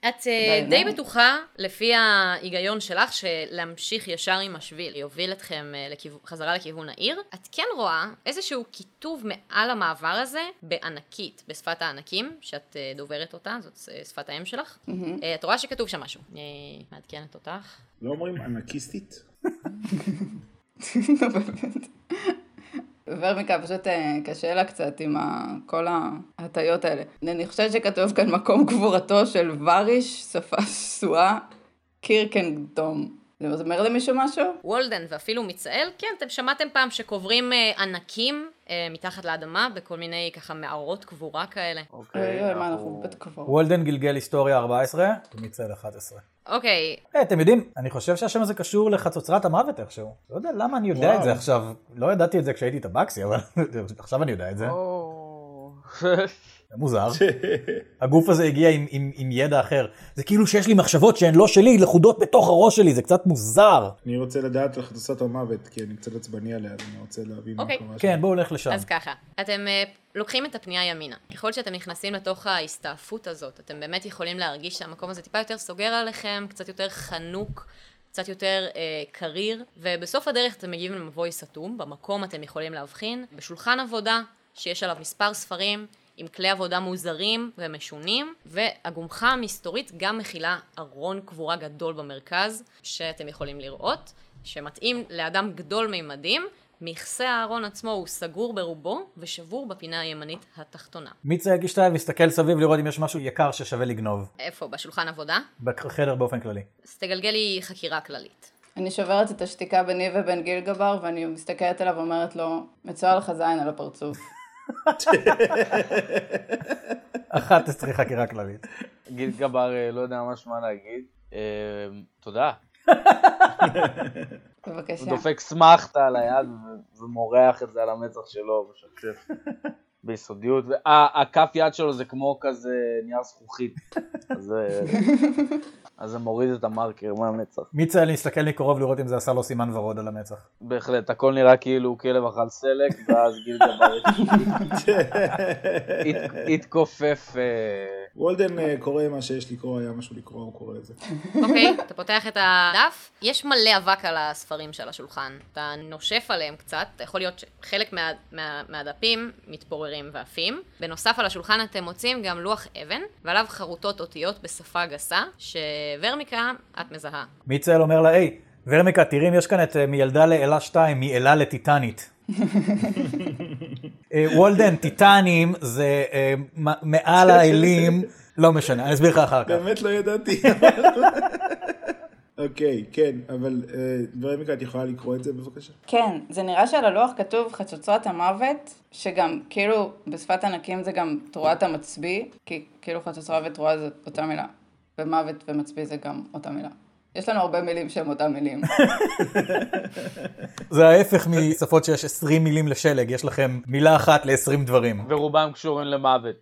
Speaker 1: את אה,
Speaker 5: די,
Speaker 1: די
Speaker 5: נו.
Speaker 1: בטוחה, לפי ההיגיון שלך, שלהמשיך ישר עם השביל יוביל אתכם אה, לכיו- חזרה לכיוון העיר. את כן רואה איזשהו כיתוב מעל המעבר הזה בענקית, בשפת הענקים, שאת אה, דוברת אותה, זאת אה, שפת האם שלך. אה, את רואה שכתוב שם משהו. אני מעדכנת אותך.
Speaker 3: לא אומרים אנקיסטית?
Speaker 5: נו, לא, באמת. ורמיקה פשוט אה, קשה לה קצת עם ה- כל ההטיות האלה. אני חושבת שכתוב כאן מקום קבורתו של וריש, שפה שסועה, קירקנדום. זה אומר למישהו משהו?
Speaker 1: וולדן ואפילו מצאל, כן, אתם שמעתם פעם שקוברים אה, ענקים אה, מתחת לאדמה בכל מיני ככה מערות קבורה כאלה.
Speaker 5: אוי
Speaker 4: אוקיי,
Speaker 5: אוי, אה, מה אנחנו בבית קבור.
Speaker 2: וולדן גלגל היסטוריה 14, מיצאל 11.
Speaker 1: אוקיי,
Speaker 2: היי, אתם יודעים, אני חושב שהשם הזה קשור לחצוצרת המוות איכשהו. לא יודע למה אני יודע
Speaker 3: וואו.
Speaker 2: את זה עכשיו, לא ידעתי את זה כשהייתי טבקסי, אבל עכשיו אני יודע את זה.
Speaker 4: או.
Speaker 2: זה מוזר. הגוף הזה הגיע עם, עם, עם ידע אחר. זה כאילו שיש לי מחשבות שהן לא שלי, לכודות בתוך הראש שלי, זה קצת מוזר.
Speaker 3: אני רוצה לדעת על חטוסת המוות, כי אני קצת עצבני עליה, אז אני רוצה להבין מה
Speaker 1: אוקיי.
Speaker 3: קורה שם.
Speaker 2: כן, בואו נלך לשם.
Speaker 1: אז ככה, אתם אה, לוקחים את הפנייה ימינה. ככל שאתם נכנסים לתוך ההסתעפות הזאת, אתם באמת יכולים להרגיש שהמקום הזה טיפה יותר סוגר עליכם, קצת יותר חנוק. קצת יותר אה, קריר, ובסוף הדרך אתם מגיעים למבוי סתום, במקום אתם יכולים להבחין, בשולחן עבודה שיש עליו מספר ספרים עם כלי עבודה מוזרים ומשונים, והגומחה המסתורית גם מכילה ארון קבורה גדול במרכז, שאתם יכולים לראות, שמתאים לאדם גדול מימדים, מכסה הארון עצמו הוא סגור ברובו ושבור בפינה הימנית התחתונה.
Speaker 2: מיצה יגיש שתיים ויסתכל סביב לראות אם יש משהו יקר ששווה לגנוב.
Speaker 1: איפה? בשולחן עבודה?
Speaker 2: בחדר באופן כללי.
Speaker 1: אז תגלגל לי חקירה כללית.
Speaker 5: אני שוברת את השתיקה ביני ובין גיל גבר, ואני מסתכלת עליו ואומרת לו, מצויר לך זין על הפרצוף.
Speaker 2: 11 חקירה כללית.
Speaker 4: גיל גבר אה, לא יודע ממש מה להגיד. אה, תודה.
Speaker 5: בבקשה. כן.
Speaker 4: הוא דופק סמכתה על היד ו- ומורח את זה על המצח שלו, משקשף. ביסודיות, וה- הכף יד שלו זה כמו כזה נייר זכוכית, אז, אה, אז זה מוריד את המרקר מהמצח.
Speaker 2: מיצאל מסתכל מקרוב לראות אם זה עשה לו סימן ורוד על המצח.
Speaker 4: בהחלט, הכל נראה כאילו כלב אכל סלק, ואז גיל גבר הת- התכופף. אה,
Speaker 3: וולדן אה, קורא מה שיש לקרוא, היה משהו לקרוא, הוא קורא את זה.
Speaker 1: אוקיי, אתה פותח את הדף, יש מלא אבק על הספרים של השולחן. אתה נושף עליהם קצת, יכול להיות שחלק מה, מה, מהדפים מתפוררים ועפים. בנוסף על השולחן אתם מוצאים גם לוח אבן, ועליו חרוטות אותיות בשפה גסה, שוורמיקה, את מזהה.
Speaker 2: מיצאל אומר לה, היי, ורמיקה, תראי אם יש כאן את אה, מילדה לאלה 2, מאלה לטיטנית. אה, וולדן, טיטנים זה אה, מ- מעל האלים, לא משנה, אני אסביר לך אחר כך.
Speaker 3: באמת לא ידעתי. אוקיי, כן, אבל אה, ורמיקה, את יכולה לקרוא את זה בבקשה?
Speaker 5: כן, זה נראה שעל הלוח כתוב חצוצרת המוות, שגם כאילו בשפת ענקים זה גם תרועת המצביא, כי כאילו חצוצרה ותרועה זה אותה מילה, ומוות ומצביא זה גם אותה מילה. יש לנו הרבה מילים שהן אותן מילים.
Speaker 2: זה ההפך משפות שיש 20 מילים לשלג, יש לכם מילה אחת ל-20 דברים.
Speaker 4: ורובם קשורים למוות.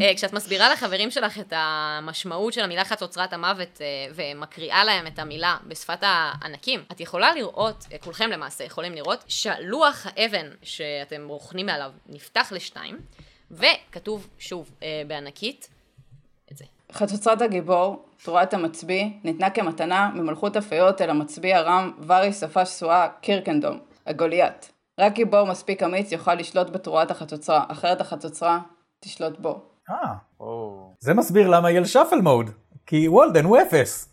Speaker 1: אה, כשאת מסבירה לחברים שלך את המשמעות של המילה חצוצרת המוות אה, ומקריאה להם את המילה בשפת הענקים, את יכולה לראות, אה, כולכם למעשה יכולים לראות, שלוח האבן שאתם רוכנים מעליו נפתח לשניים, וכתוב שוב אה, בענקית את זה.
Speaker 5: חצוצרת הגיבור, תרועת המצביא, ניתנה כמתנה ממלכות הפיות אל המצביא הרם וארי ספש סואה קירקנדום, הגוליית. רק גיבור מספיק אמיץ יוכל לשלוט בתרועת החצוצרה, אחרת החצוצרה תשלוט בו.
Speaker 2: אה,
Speaker 4: או.
Speaker 2: זה מסביר למה יהיה שפל מוד, כי וולדן הוא אפס.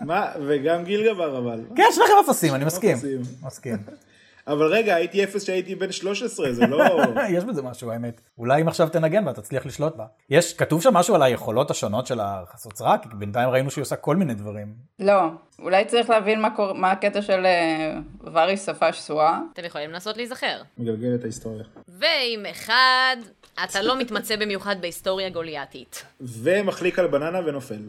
Speaker 3: מה, וגם גיל גבר אבל.
Speaker 2: כן, שניכם אפסים, אני מסכים.
Speaker 3: אפסים.
Speaker 2: מסכים.
Speaker 3: אבל רגע, הייתי אפס שהייתי בן 13, זה לא...
Speaker 2: יש בזה משהו, האמת. אולי אם עכשיו תנגן בה, תצליח לשלוט בה. יש, כתוב שם משהו על היכולות השונות של החצוצרה, כי בינתיים ראינו שהיא עושה כל מיני דברים.
Speaker 5: לא, אולי צריך להבין מה, קור... מה הקטע של אה, וארי ספש סואה.
Speaker 1: אתם יכולים לנסות להיזכר.
Speaker 3: מגלגל את ההיסטוריה.
Speaker 1: ועם אחד, אתה לא מתמצא במיוחד בהיסטוריה גוליאתית.
Speaker 3: ומחליק על בננה ונופל.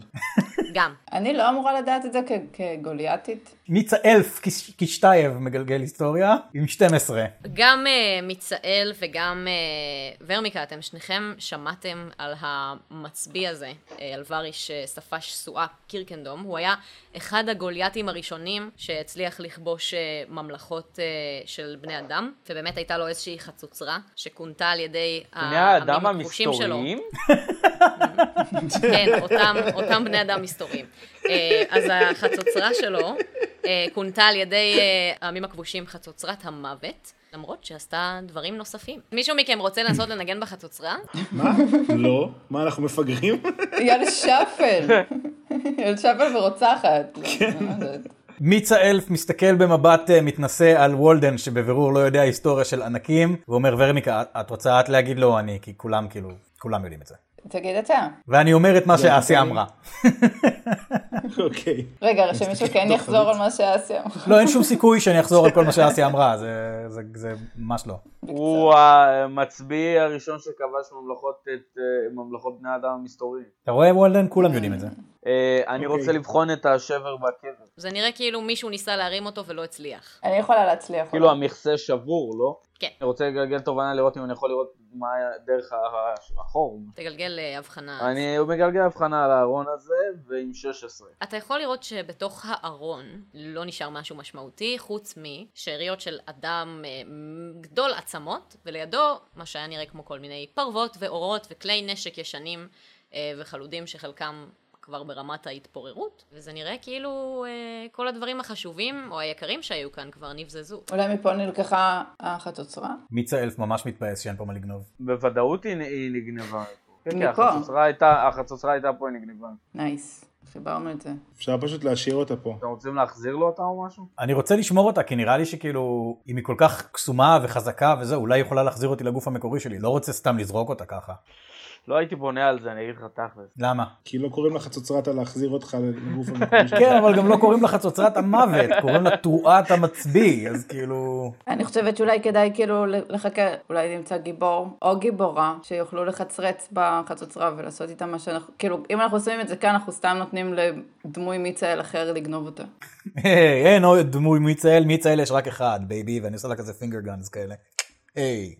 Speaker 1: גם.
Speaker 5: אני לא אמורה לדעת את זה כ- כגוליאתית.
Speaker 2: ניצה אלף קיש- קישטייב מגלגל היסטוריה, עם 12.
Speaker 1: גם uh, מיצאל וגם uh, ורמיקה, אתם שניכם שמעתם על המצביא הזה, uh, על וארי שספש סואה קירקנדום. הוא היה אחד הגולייתים הראשונים שהצליח לכבוש uh, ממלכות uh, של בני אדם, ובאמת הייתה לו איזושהי חצוצרה שכונתה על ידי
Speaker 4: בני האדם
Speaker 1: הכבושים אה, שלו.
Speaker 4: המסתוריים?
Speaker 1: כן, אותם, אותם בני אדם מסתוריים. אה, אז החצוצרה שלו אה, כונתה על ידי אה, העמים הכבושים חצוצרת המוות, למרות שעשתה דברים נוספים. מישהו מכם רוצה לנסות לנגן בחצוצרה?
Speaker 3: מה? לא. מה, אנחנו מפגרים?
Speaker 5: יאל שפל! יאל שפל ורוצחת. לא, לא יודעת.
Speaker 2: מיצה אלף מסתכל במבט אה, מתנשא על וולדן, שבבירור לא יודע היסטוריה של ענקים, ואומר, ורמיקה, את- את רוצה את להגיד לא אני, כי כולם כאילו, כולם יודעים את זה.
Speaker 5: תגיד אתה.
Speaker 2: ואני אומר את מה שאסיה אמרה.
Speaker 3: אוקיי.
Speaker 5: רגע, שמישהו כן יחזור על מה שאסיה אמרה.
Speaker 2: לא, אין שום סיכוי שאני אחזור על כל מה שאסיה אמרה, זה- זה- זה ממש לא.
Speaker 4: הוא המצביא הראשון שכבש ממלכות את אה, ממלכות בני האדם המסתוריים.
Speaker 2: אתה רואה, וולדן? כולם יודעים את זה.
Speaker 4: אה, אני רוצה לבחון את השבר בקבר.
Speaker 1: זה נראה כאילו מישהו ניסה להרים אותו ולא הצליח.
Speaker 5: אני יכולה להצליח.
Speaker 4: כאילו המכסה שבור, לא?
Speaker 1: כן.
Speaker 4: אני רוצה לגלגל תובנה לראות אם אני יכול לראות מה היה דרך ה- החור.
Speaker 1: תגלגל אה, הבחנה.
Speaker 4: אני מגלגל הבחנה על הארון הזה ועם 16.
Speaker 1: אתה יכול לראות שבתוך הארון לא נשאר משהו משמעותי, חוץ משאריות של אדם אה, גדול עצמות, ולידו מה שהיה נראה כמו כל מיני פרוות ואורות וכלי נשק ישנים אה, וחלודים שחלקם כבר ברמת ההתפוררות, וזה נראה כאילו אה, כל הדברים החשובים או היקרים שהיו כאן כבר נבזזו.
Speaker 5: אולי מפה נלקחה החצוצרה?
Speaker 2: מיצה אלף ממש מתבאס שאין פה מה לגנוב.
Speaker 4: בוודאות היא היא נגנבה. כן, כן,
Speaker 5: מפה.
Speaker 4: החצוצרה הייתה- החצוצרה הייתה פה, היא נגנבה.
Speaker 5: נייס. חיברנו את זה.
Speaker 3: אפשר פשוט להשאיר אותה פה.
Speaker 4: אתם רוצים להחזיר לו אותה או משהו?
Speaker 2: אני רוצה לשמור אותה, כי נראה לי שכאילו, אם היא כל כך קסומה וחזקה וזה, אולי היא יכולה להחזיר אותי לגוף המקורי שלי. לא רוצה סתם לזרוק אותה ככה.
Speaker 4: לא הייתי בונה על זה, אני אגיד לך תכלס.
Speaker 2: למה?
Speaker 3: כי לא קוראים לך חצוצרתה להחזיר אותך לגוף המקום שלך.
Speaker 2: כן, אבל גם לא קוראים לה חצוצרת המוות, קוראים לה תרועת המצביא, אז כאילו...
Speaker 5: אני חושבת שאולי כדאי כאילו לחכה, אולי נמצא גיבור או גיבורה שיוכלו לחצרץ בחצוצרה ולעשות איתה מה שאנחנו, כאילו אם אנחנו עושים את זה כאן אנחנו סתם נותנים לדמוי מיצאל אחר לגנוב אותה.
Speaker 2: היי, אין עוד דמוי מיצה אל, מיצה אל יש רק אחד, בייבי, ואני עושה לה כזה פינגר גאנס כאלה. היי.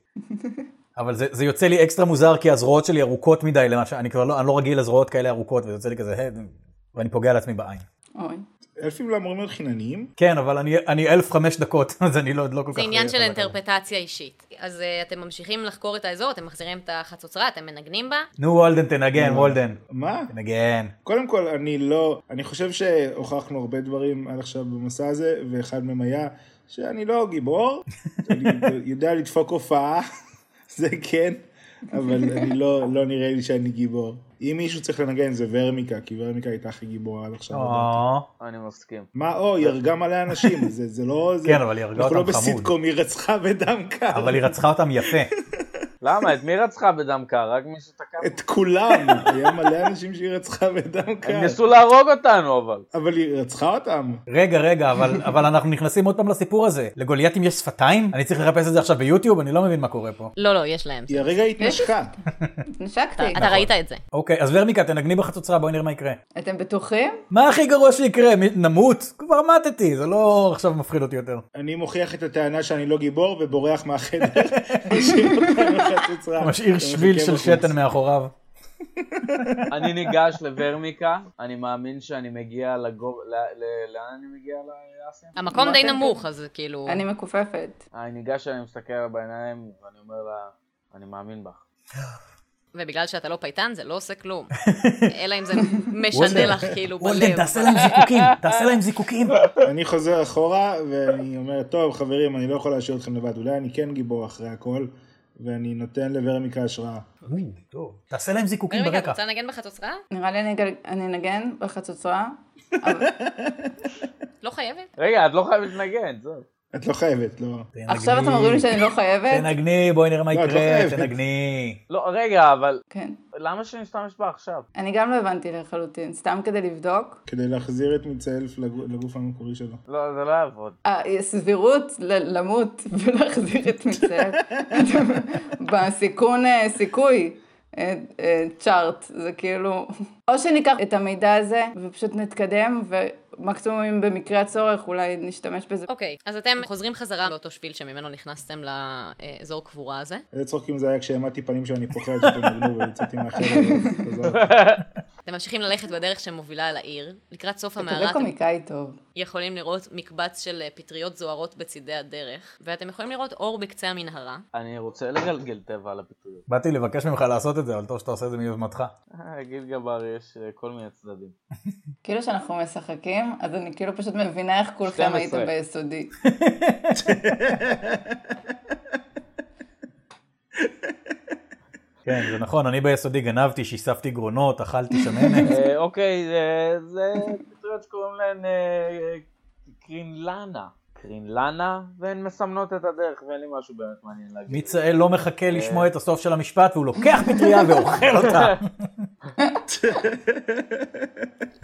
Speaker 2: אבל זה, זה יוצא לי אקסטרה מוזר, כי הזרועות שלי ארוכות מדי למה ש... אני כבר לא, אני לא רגיל לזרועות כאלה ארוכות, וזה יוצא לי כזה, "הד", ואני פוגע לעצמי בעין.
Speaker 5: אוי.
Speaker 3: אלפים לא אמורים להיות חינניים?
Speaker 2: כן, אבל אני, אני אלף חמש דקות, אז אני לא, לא כל כך...
Speaker 1: זה עניין של
Speaker 2: חזק.
Speaker 1: אינטרפטציה אישית. אז אה, אתם ממשיכים לחקור את האזור, אתם מחזירים את החצוצרה, אתם מנגנים בה.
Speaker 2: נו, וולדן, תנגן, וולדן.
Speaker 3: מה?
Speaker 2: תנגן.
Speaker 3: קודם כל, אני לא, אני חושב שהוכחנו הרבה דברים עד עכשיו במסע הזה, ואחד מהם היה שאני לא גיבור, אני יודע לדפוק הופעה, זה כן, אבל אני לא, לא נראה לי שאני גיבור. אם מישהו צריך לנגן זה ורמיקה, כי ורמיקה הייתה הכי גיבורה עד עכשיו. לדעתי.
Speaker 2: או,
Speaker 4: אני מסכים.
Speaker 3: מה, או, היא הרגה מלא אנשים, זה, זה לא... זה,
Speaker 2: כן, אבל היא הרגה
Speaker 3: אנחנו לא
Speaker 2: אותם חמוד.
Speaker 3: בסיטקום, היא רצחה בדם קר.
Speaker 2: אבל היא רצחה אותם יפה.
Speaker 4: למה? את מי רצחה בדם קר? רק מי שתקע.
Speaker 3: את כולם, היה מלא אנשים שהיא רצחה בדם קר.
Speaker 4: הם ניסו להרוג אותנו אבל.
Speaker 3: אבל היא רצחה אותם.
Speaker 2: רגע, רגע, אבל, אבל אנחנו נכנסים עוד פעם לסיפור הזה. לגוליית אם יש שפתיים? אני צריך לחפש את זה עכשיו ביוטיוב? אני לא מבין מה קורה פה.
Speaker 1: לא, לא, יש להם.
Speaker 3: היא הרגע התנשקה.
Speaker 5: נשקתי.
Speaker 2: נכון.
Speaker 1: אתה ראית את זה.
Speaker 2: אוקיי, אז ורמיקה, תנגני בחצוצרה, בואי נראה מה יקרה.
Speaker 5: אתם בטוחים?
Speaker 2: מה הכי גרוע שיקרה? מי- נמות? כבר מתתי, זה לא עכשיו מפחיד אותי יותר.
Speaker 3: אני מוכיח את הטענה שאני לא גיבור ובורח מהחדר. משאיר אותנו חצוצרה.
Speaker 2: משאיר שביל
Speaker 3: ומחכה
Speaker 2: של
Speaker 3: אה, בחוץ.
Speaker 2: שתן מאחוריו.
Speaker 4: אני ניגש לוורמיקה, אני מאמין שאני מגיע לגוב... ל- ל- לאן אני מגיע לאסיה?
Speaker 1: המקום די
Speaker 5: אמרתם-
Speaker 2: נכון.
Speaker 1: נמוך, אז זה כאילו...
Speaker 5: אני מכופפת.
Speaker 4: אני ניגש, אני מסתכל לה בעיניים ואני אומר לה, אני מאמין בך.
Speaker 1: ובגלל שאתה לא פייטן, זה לא עושה כלום. אלא אם זה משנה לך כאילו
Speaker 2: וולדן,
Speaker 1: בלב.
Speaker 2: תעשה להם זיקוקים, תעשה להם זיקוקים.
Speaker 3: אה, אני חוזר אחורה ואני אומר, טוב חברים, אני לא יכול להשאיר אתכם לבד, אולי אני כן גיבור אחרי הכל, ואני נותן לוורמיקה השראה.
Speaker 2: תעשה להם זיקוקים
Speaker 1: רגע, את
Speaker 2: ברקע.
Speaker 1: רוצה לנגן בחצוצרה?
Speaker 5: נראה לי אני אגל- אני אנגן בחצוצרה.
Speaker 1: לא חייבת?
Speaker 4: רגע, את לא חייבת לנגן, זהו.
Speaker 3: את לא חייבת, לא.
Speaker 2: תנגני,
Speaker 5: עכשיו אתם אומרים לי שאני לא חייבת?
Speaker 2: תנגני, בואי נראה מה
Speaker 3: לא, את לא
Speaker 2: יקרה,
Speaker 3: חייבת.
Speaker 2: תנגני.
Speaker 4: לא, רגע, אבל
Speaker 5: כן.
Speaker 4: למה שנשתמש בה עכשיו?
Speaker 5: אני גם לא הבנתי לחלוטין, סתם כדי לבדוק.
Speaker 3: כדי להחזיר את מיצאלף לגו- לגוף המקורי שלו.
Speaker 4: לא, זה לא יעבוד.
Speaker 5: הסבירות אה, ל- למות ולהחזיר את מצער בסיכון אה, סיכוי אה, אה, צ'ארט, זה כאילו... או שניקח את המידע הזה ופשוט נתקדם, ומקסימום אם במקרה הצורך אולי נשתמש בזה.
Speaker 1: אוקיי, אז אתם חוזרים חזרה לאותו שביל שממנו נכנסתם לאזור קבורה הזה.
Speaker 3: איזה צחוקים זה היה כשהעמדתי פנים שאני פוחד שאתם נגנו ויצאתי מהחדר. וחזרתי.
Speaker 1: אתם ממשיכים ללכת בדרך שמובילה אל העיר. לקראת סוף המערה
Speaker 5: תראה
Speaker 1: אתם
Speaker 5: קומיקאי טוב.
Speaker 1: יכולים לראות מקבץ של אה, פטריות זוהרות בצידי הדרך, ואתם יכולים לראות אור בקצה המנהרה.
Speaker 4: אני רוצה לגלגל טבע על הפיתויות.
Speaker 2: באתי לבקש ממך לעשות את זה, אבל טוב שאתה עושה את זה מיוזמתך.
Speaker 4: אה, גיל גבר יש אה, כל מיני צדדים.
Speaker 5: כאילו שאנחנו משחקים, אז אני כאילו פשוט מבינה איך כולכם
Speaker 4: 12.
Speaker 5: הייתם ביסודי.
Speaker 2: כן, זה נכון, אני ביסודי גנבתי, שיספתי גרונות, אכלתי שמנת.
Speaker 4: אה, אוקיי, אה, זה פיתויות שקוראים להן אה, אה, קרינלנה. קרינלנה, והן מסמנות את הדרך, ואין לי משהו באמת מעניין להגיד.
Speaker 2: מיצאל לא מחכה לשמוע את הסוף של המשפט, והוא לוקח פטריה ואוכל אותה.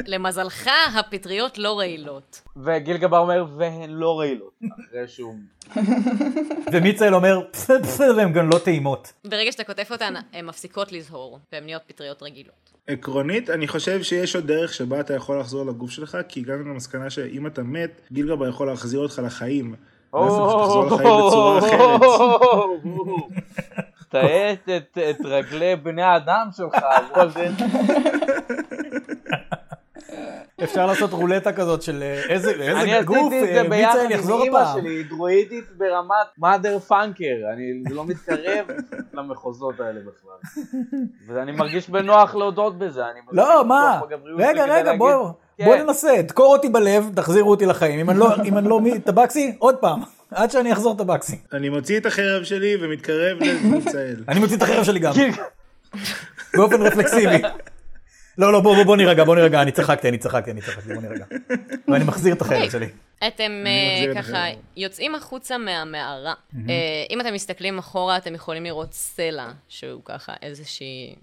Speaker 1: למזלך, הפטריות לא רעילות.
Speaker 4: וגיל גבר אומר, והן לא רעילות. אחרי שהוא...
Speaker 2: ומיצאל אומר, "פס, פס", והן גם לא טעימות.
Speaker 1: ברגע שאתה קוטף אותן, הן מפסיקות לזהור, והן נהיות פטריות רגילות.
Speaker 3: עקרונית, אני חושב שיש עוד דרך שבה אתה יכול לחזור לגוף שלך, כי הגענו למסקנה שאם אתה מת, גילגבר יכול להחזיר אותך לחיים. ואז אתה פשוט תחזור לחיים בצורה אחרת.
Speaker 4: תעט את- את רגלי בני האדם שלך, וולדן.
Speaker 2: אפשר לעשות רולטה כזאת של אה, איזה
Speaker 4: אני
Speaker 2: איזה גוף,
Speaker 4: עשיתי את זה
Speaker 2: אה,
Speaker 4: ביחד
Speaker 2: מיצאל
Speaker 4: עם
Speaker 2: יחזור
Speaker 4: אימא
Speaker 2: הפעם.
Speaker 4: שלי, היא דרואידית ברמת mother funker, אני זה לא מתקרב למחוזות האלה בכלל. ואני מרגיש בנוח להודות בזה, אני מרגיש
Speaker 2: לא,
Speaker 4: בנוח
Speaker 2: מה?
Speaker 4: בגבריות שלי
Speaker 2: רגע,
Speaker 4: כדי
Speaker 2: רגע,
Speaker 4: להגיד,
Speaker 2: בוא
Speaker 4: כן.
Speaker 2: בוא ננסה, דקור אותי בלב, תחזירו אותי לחיים. אם אני לא- אם אני לא מי- טבקסי, עוד פעם. עד שאני אחזור טבקסי.
Speaker 3: אני מוציא את החרב שלי ומתקרב למיצאל.
Speaker 2: אני מוציא את החרב שלי גם. באופן רפלקסיבי. לא, לא, בוא, בוא, בוא נירגע, בוא נירגע, אני צחקתי, אני צחקתי, אני צחקתי, בוא נירגע. ואני מחזיר את החרב שלי.
Speaker 1: אתם
Speaker 3: אני
Speaker 1: אה,
Speaker 3: מחזיר את
Speaker 1: ככה
Speaker 3: החרב.
Speaker 1: יוצאים החוצה מהמערה. אה, אם אתם מסתכלים אחורה, אתם יכולים לראות סלע, שהוא ככה איזושהי...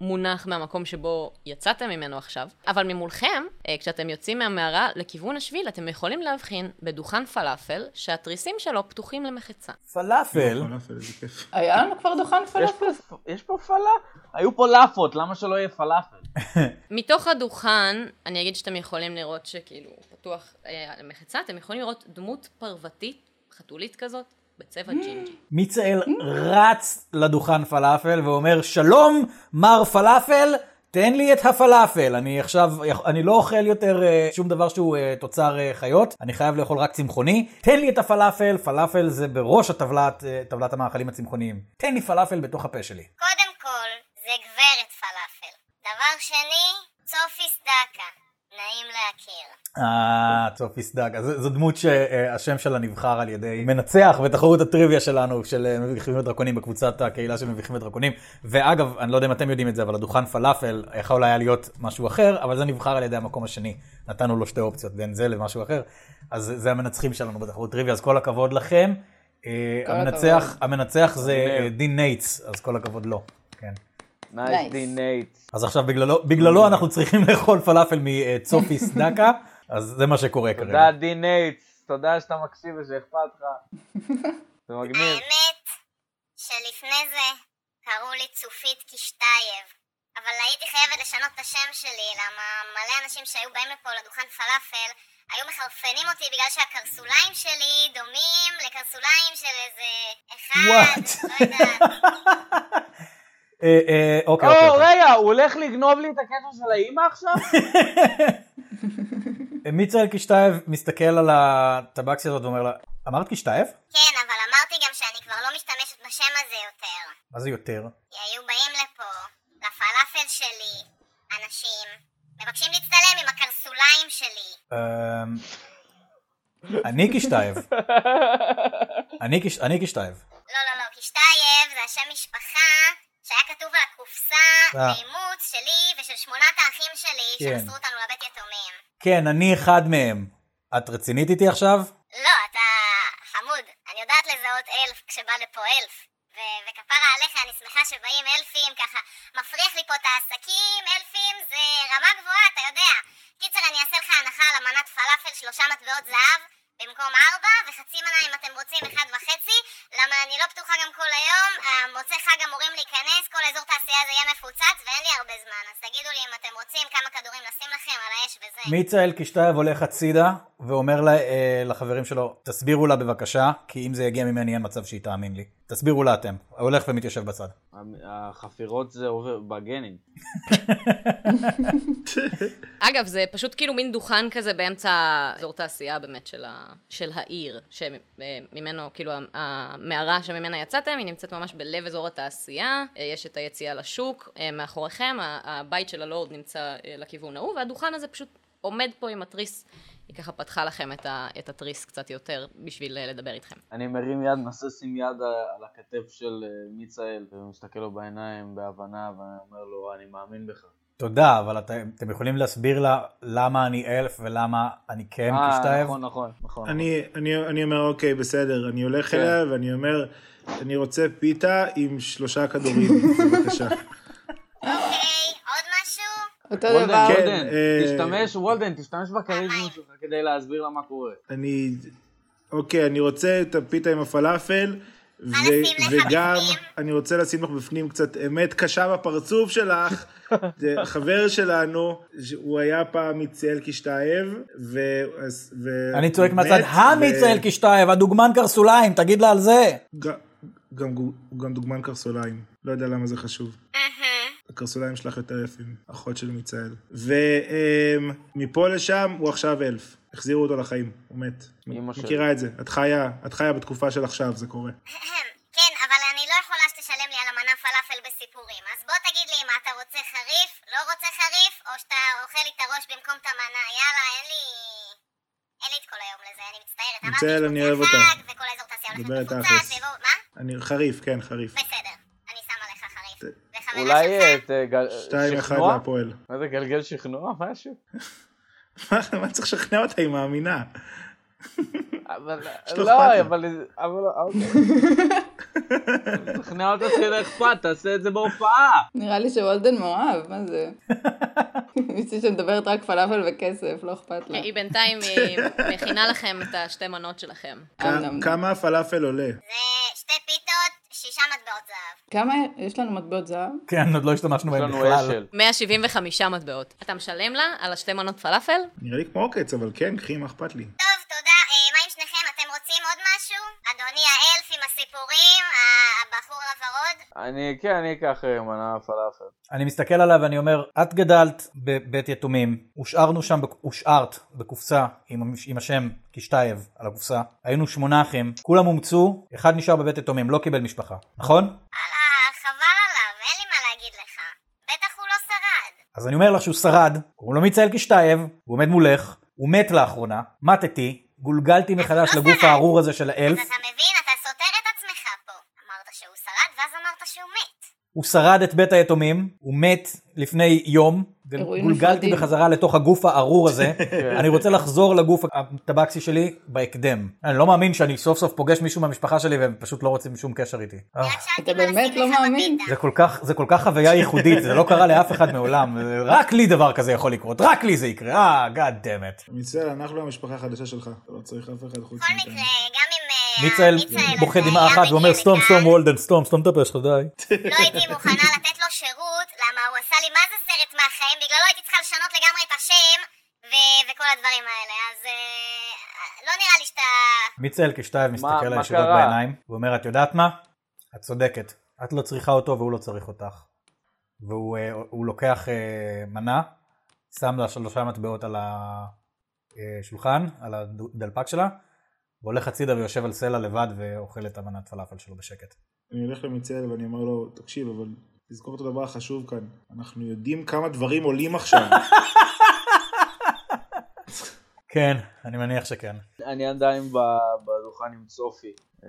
Speaker 1: מונח מהמקום שבו יצאתם ממנו עכשיו, אבל ממולכם, אה, כשאתם יוצאים מהמערה לכיוון השביל, אתם יכולים להבחין בדוכן פלאפל שהתריסים שלו פתוחים למחצה.
Speaker 2: פלאפל.
Speaker 3: פלאפל, איזה לא, כיף.
Speaker 5: היה לנו כבר דוכן
Speaker 4: יש
Speaker 5: פלאפל?
Speaker 4: פה- יש פה פלאפל, היו פה לאפות, למה שלא יהיה פלאפל?
Speaker 1: מתוך הדוכן, אני אגיד שאתם יכולים לראות שכאילו פתוח אה, על המחצה, אתם יכולים לראות דמות פרוותית, חתולית כזאת,
Speaker 3: Mm.
Speaker 1: בצבע ג'ינג'י.
Speaker 2: מיצאל רץ לדוכן פלאפל ואומר, שלום, מר פלאפל, תן לי את הפלאפל. אני עכשיו, אני לא אוכל יותר אה, שום דבר שהוא אה, תוצר אה, חיות, אני חייב לאכול רק צמחוני. תן לי את הפלאפל, פלאפל זה בראש הטבלת, אה, טבלת המאכלים הצמחוניים. תן לי פלאפל בתוך הפה שלי.
Speaker 6: קודם כל, זה גברת פלאפל. דבר שני, צופי סדקה. נעים להכיר.
Speaker 2: אה, צופי סדג. אז זו דמות שהשם שלה נבחר על ידי מנצח בתחרות הטריוויה שלנו, של אה, מביכים ודרקונים, בקבוצת הקהילה של מביכים ודרקונים. ואגב, אני לא יודע אם אתם יודעים את זה, אבל הדוכן פלאפל אה, יכול היה להיות משהו אחר, אבל זה נבחר על ידי המקום השני. נתנו לו שתי אופציות, בין זה למשהו אחר. אז זה- זה המנצחים שלנו בתחרות טריוויה, אז כל הכבוד לכם. אה,
Speaker 5: כל
Speaker 2: המנצח, המנצח זה אה, דין נייטס, אז כל הכבוד לו. כן.
Speaker 5: Nice.
Speaker 4: נייס דין נייט.
Speaker 2: אז עכשיו בגללו, בגללו אנחנו צריכים לאכול פלאפל מצופי סדקה, אז זה מה שקורה כרגע.
Speaker 4: תודה דין נייט. תודה שאתה מקשיב ושאכפת לך. זה מגניב.
Speaker 3: אה,
Speaker 6: האמת, שלפני זה קראו לי צופית קישטייב. אבל הייתי חייבת לשנות את השם שלי, למה מלא אנשים שהיו באים לפה לדוכן פלאפל היו מחרפנים אותי בגלל שהקרסוליים שלי דומים לקרסוליים של איזה אחד,
Speaker 2: What?
Speaker 6: לא יודעת.
Speaker 2: אה, אה, אוקיי, אוקיי,
Speaker 4: או,
Speaker 2: אוקיי.
Speaker 4: רגע, הוא הולך לגנוב לי את הקשר של האימא עכשיו?
Speaker 2: מיצאל קישטייב מסתכל על הטבקסיה הזאת ואומר לה, אמרת קישטייב?
Speaker 6: כן, אבל אמרתי גם שאני כבר לא משתמשת בשם הזה יותר.
Speaker 2: מה זה יותר?
Speaker 6: כי היו באים לפה, לפלאפל שלי, אנשים, מבקשים להצטלם עם הקרסוליים שלי.
Speaker 2: אמ, אני קישטייב. אני קיש- אני קישטייב.
Speaker 6: לא, לא, לא, קישטייב זה השם משפחה שהיה כתוב על הקופסה
Speaker 2: אה.
Speaker 6: לאימוץ שלי ושל שמונת האחים שלי
Speaker 2: כן.
Speaker 6: שמסרו אותנו לבית יתומים.
Speaker 2: כן, אני אחד מהם. את רצינית איתי עכשיו?
Speaker 6: לא, אתה חמוד, אני יודעת לזהות אלף כשבא לפה אלף. ו- וכפרה עליך, אני שמחה שבאים אלפים, ככה מפריח לי פה את העסקים, אלפים זה רמה גבוהה, אתה יודע. קיצר, אני אעשה לך הנחה על אמנת פלאפל שלושה מטבעות זהב במקום ארבע, וחצי מנה אם אתם רוצים אחד וחצי, למה אני לא פתוחה גם כל היום, אה, מוצא חג אמורים להיכנס, כל אזור תעשייה זה יהיה מפוצץ ואין לי הרבה זמן, אז תגידו לי אם אתם רוצים כמה כדורים לשים לכם על האש וזה.
Speaker 2: מיצאל קישטייב הולך הצידה ואומר לה- אה, לחברים שלו, תסבירו לה בבקשה, כי אם זה יגיע ממני אין מצב שהיא תאמין לי. תסבירו לה אתם. הוא הולך ומתיישב בצד.
Speaker 4: החפירות זה עובר בגנים.
Speaker 1: אגב, זה פשוט כאילו מין דוכן כזה באמצע אזור תעשייה באמת של, ה... של העיר, שממנו, כאילו המערה שממנה יצאתם, היא נמצאת ממש בלב אזור התעשייה, אה, יש את היציאה לשוק, אה, מאחוריכם, ה- הבית של הלורד נמצא אה, לכיוון ההוא, והדוכן הזה פשוט עומד פה עם התריס, היא ככה פתחה לכם את, ה... את התריס קצת יותר בשביל אה, לדבר איתכם.
Speaker 4: אני מרים יד, מנסה לשים יד ה- על הכתף של אה, מיצאל, ומסתכל לו בעיניים בהבנה, ואני אומר לו, אני מאמין בך.
Speaker 2: תודה, אבל את- אתם יכולים להסביר לה למה אני אלף ולמה אני כן
Speaker 4: אה,
Speaker 2: קישטייב?
Speaker 4: נכון, נכון, נכון.
Speaker 3: אני, אני, אני אומר, אוקיי, בסדר, אני הולך
Speaker 4: כן.
Speaker 3: אליה ואני אומר, אני רוצה פיתה עם שלושה כדורים, בבקשה.
Speaker 6: אוקיי, עוד משהו?
Speaker 5: אותו
Speaker 4: וולדן,
Speaker 5: דבר,
Speaker 3: כן.
Speaker 4: וולדן,
Speaker 3: אה,
Speaker 4: תשתמש, וולדן, תשתמש בכריזמה שלך כדי להסביר לה מה קורה.
Speaker 3: אני, אוקיי, אני רוצה את הפיתה עם הפלאפל, ו-
Speaker 6: לשים לך
Speaker 3: וגם
Speaker 6: בפנים?
Speaker 3: אני רוצה לשים לך בפנים קצת אמת קשה בפרצוף שלך. זה חבר שלנו, ש- הוא היה פעם מיצאל קישטייב, ו... ו-
Speaker 2: אני צועק
Speaker 3: מת,
Speaker 2: מהצד,
Speaker 3: ו-
Speaker 2: המיצאל קישטייב, הדוגמן קרסוליים, תגיד לה על זה.
Speaker 3: ג- גם הוא גם דוגמן קרסוליים, לא יודע למה זה חשוב. הקרסוליים שלך יותר יפים, אחות של מיצאל. ומפה לשם הוא עכשיו אלף. החזירו אותו לחיים, הוא מת.
Speaker 4: אמא שלי.
Speaker 3: מכירה את זה, את חיה, את חיה בתקופה של עכשיו, זה קורה.
Speaker 6: כן, אבל אני לא יכולה שתשלם לי על המנה פלאפל בסיפורים. אז בוא תגיד לי אם אתה רוצה חריף, לא רוצה חריף, או שאתה אוכל לי את הראש במקום את המנה. יאללה, אין לי... אין לי את כל היום לזה, אני מצטערת. אמרתי,
Speaker 3: מצטער,
Speaker 6: יש
Speaker 3: אני
Speaker 6: מוצאי
Speaker 3: אוהב
Speaker 6: חג,
Speaker 3: אותך.
Speaker 6: וכל האזור תעשייה הולכת
Speaker 3: מדברת
Speaker 6: מפוצץ,
Speaker 3: תכלס.
Speaker 6: ויבואו... מה?
Speaker 3: אני חריף, כן, חריף.
Speaker 6: בסדר, אני שמה לך חריף. וחברה
Speaker 4: אולי
Speaker 6: שלך,
Speaker 4: אה, את אה, גל-
Speaker 3: שתיים אחד
Speaker 4: שכנוע?
Speaker 3: להפועל.
Speaker 4: מה זה, גלגל שכנוע? משהו?
Speaker 3: מה מה צריך לשכנע אותה, היא מאמינה.
Speaker 4: אבל,
Speaker 3: שלא אכפת
Speaker 4: לא,
Speaker 3: לה.
Speaker 4: אבל, אבל, אוקיי. תשכנע אותה שלא אכפת, תעשה את זה בהופעה.
Speaker 5: נראה לי שוולדן מאוהב, מה זה? מישהי שמדברת רק פלאפל וכסף, לא אכפת לה.
Speaker 1: אה, היא בינתיים היא מכינה לכם את השתי מנות שלכם.
Speaker 5: אמנם.
Speaker 3: כ- כמה הפלאפל עולה?
Speaker 6: זה אה, שתי פיתות, שישה מטבעות זהב.
Speaker 5: כמה יש לנו מטבעות זהב?
Speaker 2: כן, עוד לא השתמשנו
Speaker 4: יש
Speaker 2: בהם
Speaker 4: לנו
Speaker 2: בכלל.
Speaker 4: אשל.
Speaker 1: 175 מטבעות. אתה משלם לה על השתי מנות פלאפל?
Speaker 3: נראה לי כמו עוקץ, אבל כן, קחי, מה אכפת לי?
Speaker 6: טוב, תודה. אה, מה עם שניכם? אתם רוצים עוד משהו? אדוני האלף עם
Speaker 4: אני, כן, אני אקח אה, מנה פלאפל.
Speaker 2: אני מסתכל עליו ואני אומר, את גדלת בבית יתומים, הושארנו שם, בק- הושארת בקופסה עם, המש- עם השם קישטייב על הקופסה, היינו שמונה אחים, כולם אומצו, אחד נשאר בבית יתומים, לא קיבל משפחה, נכון?
Speaker 6: וואלה, אה, חבל עליו, אין לי מה להגיד לך. בטח הוא לא שרד.
Speaker 2: אז אני אומר לך שהוא שרד, קוראים לו מיצאל קישטייב, הוא עומד מולך, הוא מת לאחרונה, מתתי, גולגלתי מחדש לגוף הארור הזה של האלף,
Speaker 6: אז אתה מבין, אתה סותר את עצמך פה. אמרת שהוא שרד, ואז אמרת שהוא מת.
Speaker 2: הוא שרד את בית היתומים, הוא מת לפני יום,
Speaker 5: אירועים
Speaker 2: גולגלתי
Speaker 5: נפרדים.
Speaker 2: בחזרה לתוך הגוף הארור הזה, אני רוצה לחזור לגוף הטבקסי שלי בהקדם. אני לא מאמין שאני סוף סוף פוגש מישהו מהמשפחה שלי והם פשוט לא רוצים שום קשר איתי. אה,
Speaker 6: רק שאלתי
Speaker 5: אתה
Speaker 6: מה לשים
Speaker 5: באמת לא
Speaker 6: לך
Speaker 5: מאמין?
Speaker 6: בפיתה.
Speaker 2: זה כל כך, זה כל כך חוויה ייחודית, זה לא קרה לאף אחד מעולם, זה- רק לי דבר כזה יכול לקרות, רק לי זה יקרה, אה, God damn it.
Speaker 3: מצטער, אנחנו המשפחה החדשה שלך, אתה לא צריך אף אחד חוץ
Speaker 6: בכל
Speaker 3: מאיתנו.
Speaker 6: מקרה, גם אם... אה,
Speaker 2: מיצאל
Speaker 6: המיצאל
Speaker 2: בוכה
Speaker 6: הזה
Speaker 2: דמעה
Speaker 6: היה
Speaker 2: אחת
Speaker 6: מגיע
Speaker 2: ואומר סתום
Speaker 6: לכאן,
Speaker 2: סתום וולדן סתום סתום את הפה שלך די.
Speaker 6: לא הייתי מוכנה לתת לו שירות, למה הוא עשה לי מה זה סרט מהחיים, בגללו הייתי צריכה לשנות לגמרי את השם, ו- וכל הדברים האלה, אז אה, לא נראה לי שאתה...
Speaker 2: מיצאל כשטייב מסתכל על
Speaker 4: מה
Speaker 2: הישיבות
Speaker 4: קרה?
Speaker 2: בעיניים ואומר את יודעת מה? את צודקת, את לא צריכה אותו והוא לא צריך אותך. והוא אה, הוא לוקח אה, מנה, שם לה שלושה מטבעות על השולחן, על הדלפק שלה, והולך הצידה ויושב על סלע לבד ואוכל את המנת פלאפל שלו בשקט.
Speaker 3: אני הולך למיצל ואני אומר לו, תקשיב, אבל תזכור את הדבר החשוב כאן, אנחנו יודעים כמה דברים עולים עכשיו.
Speaker 2: כן, אני מניח שכן.
Speaker 4: אני עדיין ב- בדוכן עם צופי. אה,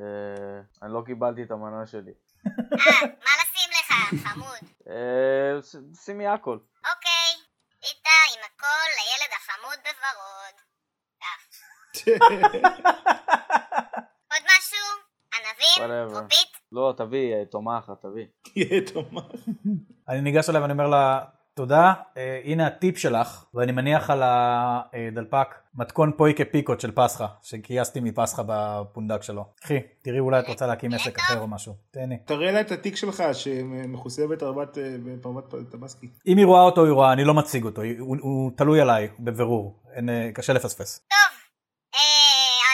Speaker 4: אני לא קיבלתי את המנה שלי.
Speaker 6: אה, מה לשים לך, חמוד?
Speaker 4: אה, ש- שימי הכל.
Speaker 6: אוקיי, פיתה עם הכל לילד החמוד בוורוד. כך. עוד משהו? ענבים?
Speaker 4: Whatever.
Speaker 6: טרופית?
Speaker 4: לא, תביא, אה, תומחת, תביא.
Speaker 3: יהיה תומך.
Speaker 2: אני ניגש אליה ואני אומר לה, תודה, אה, הנה הטיפ שלך, ואני מניח על הדלפק מתכון פויקה פיקות של פסחה, שכייסתי מפסחה בפונדק שלו. קחי, תראי אולי את רוצה להקים עסק אחר או משהו, תהני.
Speaker 3: תראה לה את התיק שלך שמכוסה בתרבת אה, בפרבת טבסקי.
Speaker 2: אם היא רואה אותו, היא רואה, אני לא מציג אותו, היא- הוא, הוא תלוי עליי, בבירור, אין, אה, קשה לפספס.
Speaker 6: טוב, אה,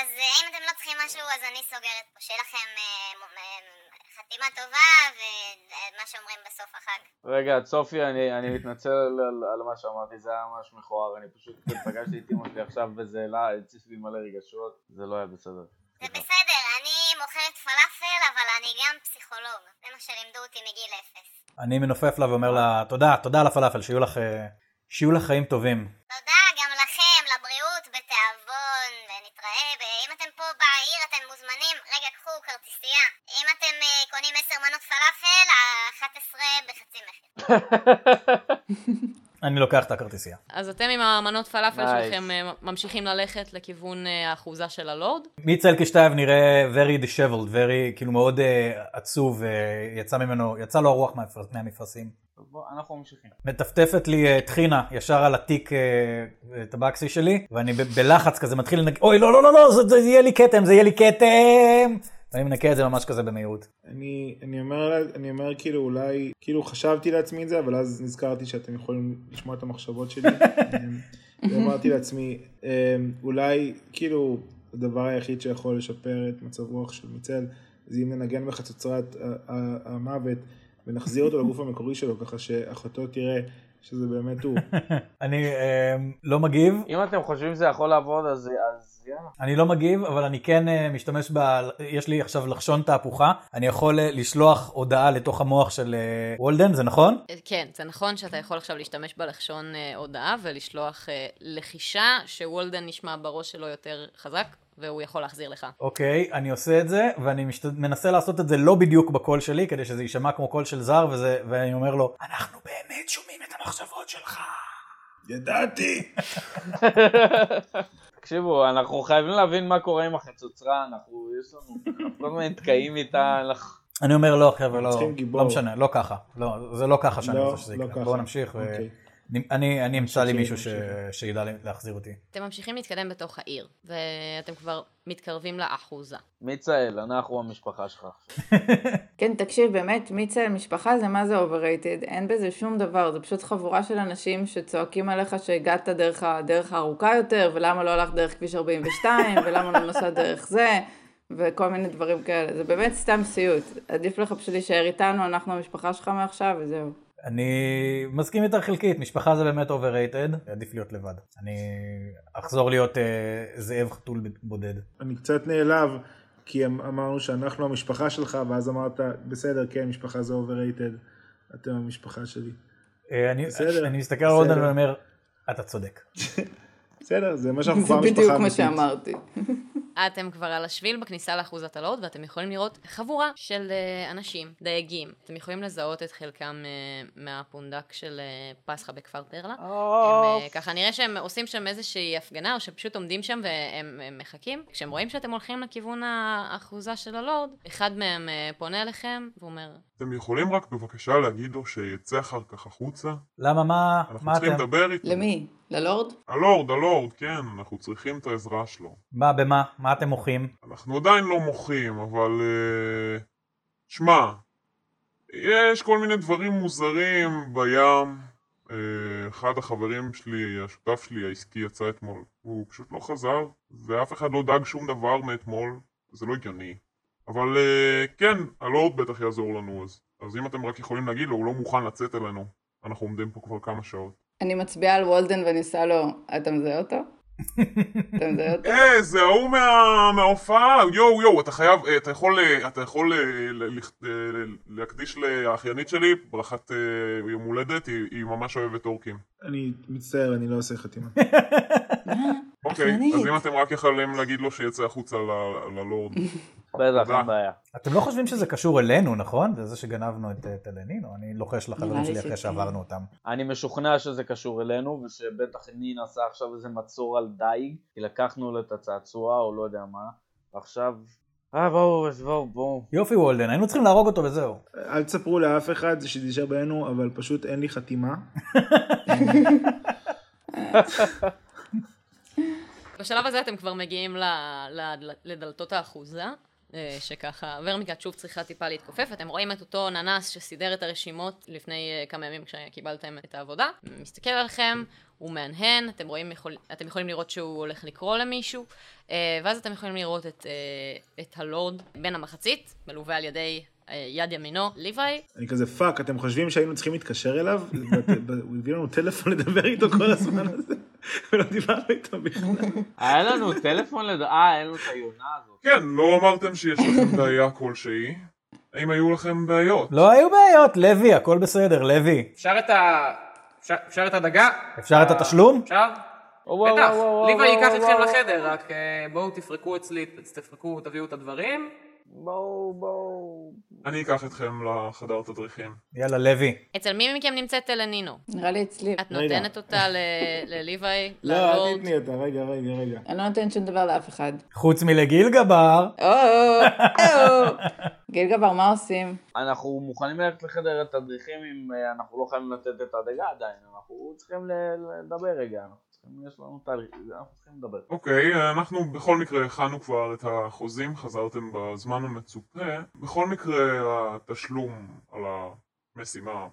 Speaker 6: אז אה, אם אתם לא צריכים משהו, אז אני סוגרת פה. שיהיה לכם אה, מ- מ- חתימה טובה ומה שאומרים בסוף החג.
Speaker 4: רגע, צופי, אני, אני מתנצל על, על, על מה שאמרתי, זה היה ממש מכוער, אני פשוט פגשתי את אמא שלי עכשיו וזה העלה, הציף לי מלא רגשות, זה לא היה בסדר.
Speaker 6: זה בסדר, אני מוכרת פלאפל, אבל אני גם פסיכולוג. זה מה שלימדו אותי מגיל אפס.
Speaker 2: אני מנופף לה ואומר לה, תודה, תודה על הפלאפל, שיהיו לך, אה, שיהיו לך חיים טובים.
Speaker 6: תודה גם לכם, לבריאות, בתיאבון, ונתראה. ב- אם אתם פה בעיר, אתם מוזמנים. רגע, קחו כרטיסייה. אם אתם אה, קונים 10 מנות פלאפל, ה-11 בחצי מחיר.
Speaker 2: אני לוקח את הכרטיסייה.
Speaker 1: אז אתם עם המנות פלאפל
Speaker 4: Nice.
Speaker 1: שלכם אה, ממשיכים ללכת לכיוון אה, האחוזה של הלורד.
Speaker 2: מיצל קשטייב נראה very disheveled, very, כאילו מאוד אה, עצוב, אה, יצא ממנו, יצא לו הרוח מהמפר- מהמפרשים.
Speaker 4: אז בוא, אנחנו ממשיכים.
Speaker 2: מטפטפת לי אה, טחינה ישר על התיק אה, אה, טבקסי שלי, ואני ב- בלחץ כזה מתחיל לנק... אוי, לא, לא, לא, לא, זה, זה יהיה לי כתם, זה יהיה לי כתם! ואני מנקה את זה ממש כזה במהירות.
Speaker 3: אני, אני, אומר, לה- אני אומר כאילו אולי, כאילו חשבתי לעצמי את זה, אבל אז נזכרתי שאתם יכולים לשמוע את המחשבות שלי. אמ, ואמרתי לעצמי, אמ, אולי כאילו הדבר היחיד שיכול לשפר את מצב רוח של מיצל, זה אם ננגן בחצוצרת ה- ה- המוות ונחזיר אותו לגוף המקורי שלו, ככה שאחותו תראה שזה באמת הוא.
Speaker 2: אני אה, לא מגיב,
Speaker 4: אם אתם חושבים שזה יכול לעבוד, אז, אז יאללה.
Speaker 2: אני לא מגיב, אבל אני כן אה, משתמש ב... יש לי עכשיו לחשון תהפוכה, אני יכול אה, לשלוח הודעה לתוך המוח של אה, וולדן, זה נכון?
Speaker 1: אה, כן, זה נכון שאתה יכול עכשיו להשתמש בלחשון אה, הודעה ולשלוח אה, לחישה שוולדן נשמע בראש שלו יותר חזק, והוא יכול להחזיר לך.
Speaker 2: אוקיי, אני עושה את זה, ואני משת... מנסה לעשות את זה לא בדיוק בקול שלי, כדי שזה יישמע כמו קול של זר, וזה... ואני אומר לו, אנחנו באמת שומעים את המחשבות שלך.
Speaker 3: ידעתי!
Speaker 4: תקשיבו, אנחנו חייבים להבין מה קורה עם החצוצרה, אנחנו, יש לנו, אנחנו כל הזמן נתקעים איתה, אנחנו...
Speaker 2: אני אומר, לא, חבר'ה, לא,
Speaker 3: צריכים גיבור."
Speaker 2: לא משנה, לא ככה. לא, זה לא ככה שאני
Speaker 3: לא,
Speaker 2: רוצה שזה
Speaker 3: לא
Speaker 2: יקרה.
Speaker 3: ככה.
Speaker 2: בואו נמשיך, אה, ו...
Speaker 3: אוקיי.
Speaker 2: אני, אני אמצא לי
Speaker 3: נמשיך,
Speaker 2: מישהו ש... שידע להחזיר אותי.
Speaker 1: אתם ממשיכים להתקדם בתוך העיר, ואתם כבר מתקרבים לאחוזה.
Speaker 4: מיצאל, אנחנו המשפחה שלך.
Speaker 5: כן, תקשיב, באמת, מיצה משפחה זה מה זה overrated, אין בזה שום דבר, זה פשוט חבורה של אנשים שצועקים עליך שהגעת דרך הדרך הארוכה יותר, ולמה לא הלכת דרך כביש 42, ולמה לא נסעת דרך זה, וכל מיני דברים כאלה. זה באמת סתם סיוט. עדיף לך פשוט להישאר איתנו, אנחנו המשפחה שלך מעכשיו, וזהו.
Speaker 2: אני מסכים איתך חלקית, משפחה זה באמת overrated, עדיף להיות לבד. אני אחזור להיות אה, זאב חתול בודד.
Speaker 3: אני קצת נעלב, כי אמ- אמרנו שאנחנו המשפחה שלך, ואז אמרת, בסדר, כן, משפחה זה overrated, אתם המשפחה שלי.
Speaker 2: אה, אני,
Speaker 3: בסדר,
Speaker 2: אני מסתכל על רודן
Speaker 3: בסדר.
Speaker 2: ואומר, אתה צודק.
Speaker 3: בסדר, זה מה שאנחנו
Speaker 5: זה
Speaker 3: כבר המשפחה
Speaker 5: בדיוק מה
Speaker 3: האמיתית.
Speaker 5: שאמרתי.
Speaker 1: אתם כבר על השביל בכניסה לאחוז הטלות, ואתם יכולים לראות חבורה של אה, אנשים, דייגים. אתם יכולים לזהות את חלקם אה, מהפונדק של אה, פסחא בכפר פרלה. הם,
Speaker 4: אוקיי.
Speaker 1: אה, ככה נראה שהם עושים שם איזושהי הפגנה, או שפשוט עומדים שם והם הם מחכים. כשהם רואים שאתם הולכים לכיוון האחוזה של הלורד, אחד מהם אה, פונה אליכם ואומר,
Speaker 7: אתם יכולים רק בבקשה להגיד לו שיצא אחר כך החוצה?
Speaker 2: למה, מה,
Speaker 7: אנחנו
Speaker 2: מה
Speaker 7: צריכים
Speaker 2: אתם?
Speaker 7: לדבר איתו.
Speaker 5: למי? ללורד?
Speaker 7: הלורד, הלורד, כן, אנחנו צריכים את העזרה שלו.
Speaker 2: מה, במה? מה אתם מוחים?
Speaker 7: אנחנו עדיין לא מוחים, אבל... אה, שמע, יש כל מיני דברים מוזרים בים. אה, אחד החברים שלי, השותף שלי העסקי, יצא אתמול. הוא פשוט לא חזר, ואף אחד לא דאג שום דבר מאתמול. זה לא הגיוני. אבל אה, כן, הלורד בטח יעזור לנו אז. אז אם אתם רק יכולים להגיד לו, הוא לא מוכן לצאת אלינו. אנחנו עומדים פה כבר כמה שעות.
Speaker 5: אני מצביעה על וולדן ואני עושה לו, אתה מזהה אותו? אתה מזהה אותו?
Speaker 7: אה, זה ההוא מה... מההופעה, יואו יואו, אתה חייב, אה, אתה יכול, אה, אתה יכול אה, ל- לכ- אה, ל- להקדיש לאחיינית שלי ברכת אה, יום הולדת, היא היא ממש אוהבת אורקים.
Speaker 3: אני מצטער, אני לא עושה חתימה.
Speaker 7: אוקיי,
Speaker 5: אחיינית.
Speaker 7: אז אם אתם רק יכולים להגיד לו שיצא החוצה ל- ללורד.
Speaker 4: בטח,
Speaker 7: תודה.
Speaker 4: אין בעיה.
Speaker 2: אתם לא חושבים שזה קשור אלינו, נכון? זה זה שגנבנו את אה, תלנינו? אני לוחש לחברים
Speaker 5: נראה לי
Speaker 2: שלי אחרי
Speaker 5: שכן.
Speaker 2: שעברנו אותם.
Speaker 4: אני משוכנע שזה קשור אלינו, ושבטח נינה עשה עכשיו איזה מצור על דייג, כי לקחנו לו את הצעצוע, או לא יודע מה, ועכשיו... אה, בואו, אז בואו, בואו.
Speaker 2: יופי וולדן, היינו צריכים להרוג אותו וזהו.
Speaker 3: אל תספרו לאף אחד, שזה יישאר בינינו, אבל פשוט אין לי חתימה.
Speaker 1: בשלב הזה אתם כבר מגיעים ל, ל, לדלתות האחוזה, אה, שככה ורמיקט שוב צריכה טיפה להתכופף, אתם רואים את אותו ננס שסידר את הרשימות לפני אה, כמה ימים כשקיבלתם את העבודה, מסתכל עליכם, הוא מהנהן, אתם, רואים, יכול, אתם יכולים לראות שהוא הולך לקרוא למישהו, אה, ואז אתם יכולים לראות את, אה, את הלורד בן המחצית, מלווה על ידי אה, יד ימינו, ליוואי,
Speaker 3: אני כזה, פאק, אתם חושבים שהיינו צריכים להתקשר אליו? ואת- ב- הוא הביא לנו טלפון לדבר איתו כל הזמן הזה, ולא דיברנו איתו בכלל.
Speaker 4: היה לנו טלפון לד... אה, אין לנו את היונה הזאת.
Speaker 7: כן, לא אמרתם שיש לכם בעיה כלשהי. האם היו לכם בעיות?
Speaker 2: לא היו בעיות, לוי, הכל בסדר, לוי.
Speaker 8: אפשר את ה... אפשר- אפשר את הדגה?
Speaker 2: אפשר את התשלום?
Speaker 8: אפשר?
Speaker 4: וואו, וואו,
Speaker 8: בטח,
Speaker 4: וואו,
Speaker 8: ליבה
Speaker 4: וואו,
Speaker 8: ייקח
Speaker 4: וואו,
Speaker 8: אתכם
Speaker 4: וואו.
Speaker 8: לחדר, רק אה, בואו תפרקו אצלי, תפרקו, תביאו את הדברים.
Speaker 4: בואו, בואו.
Speaker 7: אני אקח אתכם לחדר תדריכים.
Speaker 2: יאללה, לוי.
Speaker 1: אצל מי מכם נמצאת אלנינו?
Speaker 5: נראה לי אצלי.
Speaker 1: את נותנת אותה ל- לליוואי,
Speaker 3: לא,
Speaker 1: ללורד?
Speaker 3: אל תתני אותה, רגע, רגע, רגע.
Speaker 5: אני לא נותנת שום דבר לאף אחד.
Speaker 2: חוץ מלגיל גבר,
Speaker 5: או, או, או. גיל גבר, מה עושים?
Speaker 3: אוקיי.
Speaker 4: אנחנו מוכנים ללכת לחדר התדריכים אם אה, אנחנו לא חייבים לתת את הדגה עדיין, אנחנו צריכים ל- לדבר רגע. אנחנו צריכים- יש לנו תהליך, אנחנו צריכים לדבר.
Speaker 7: אוקיי, אנחנו בכל מקרה הכנו כבר את החוזים, חזרתם בזמן המצופה. בכל מקרה, התשלום על המשימה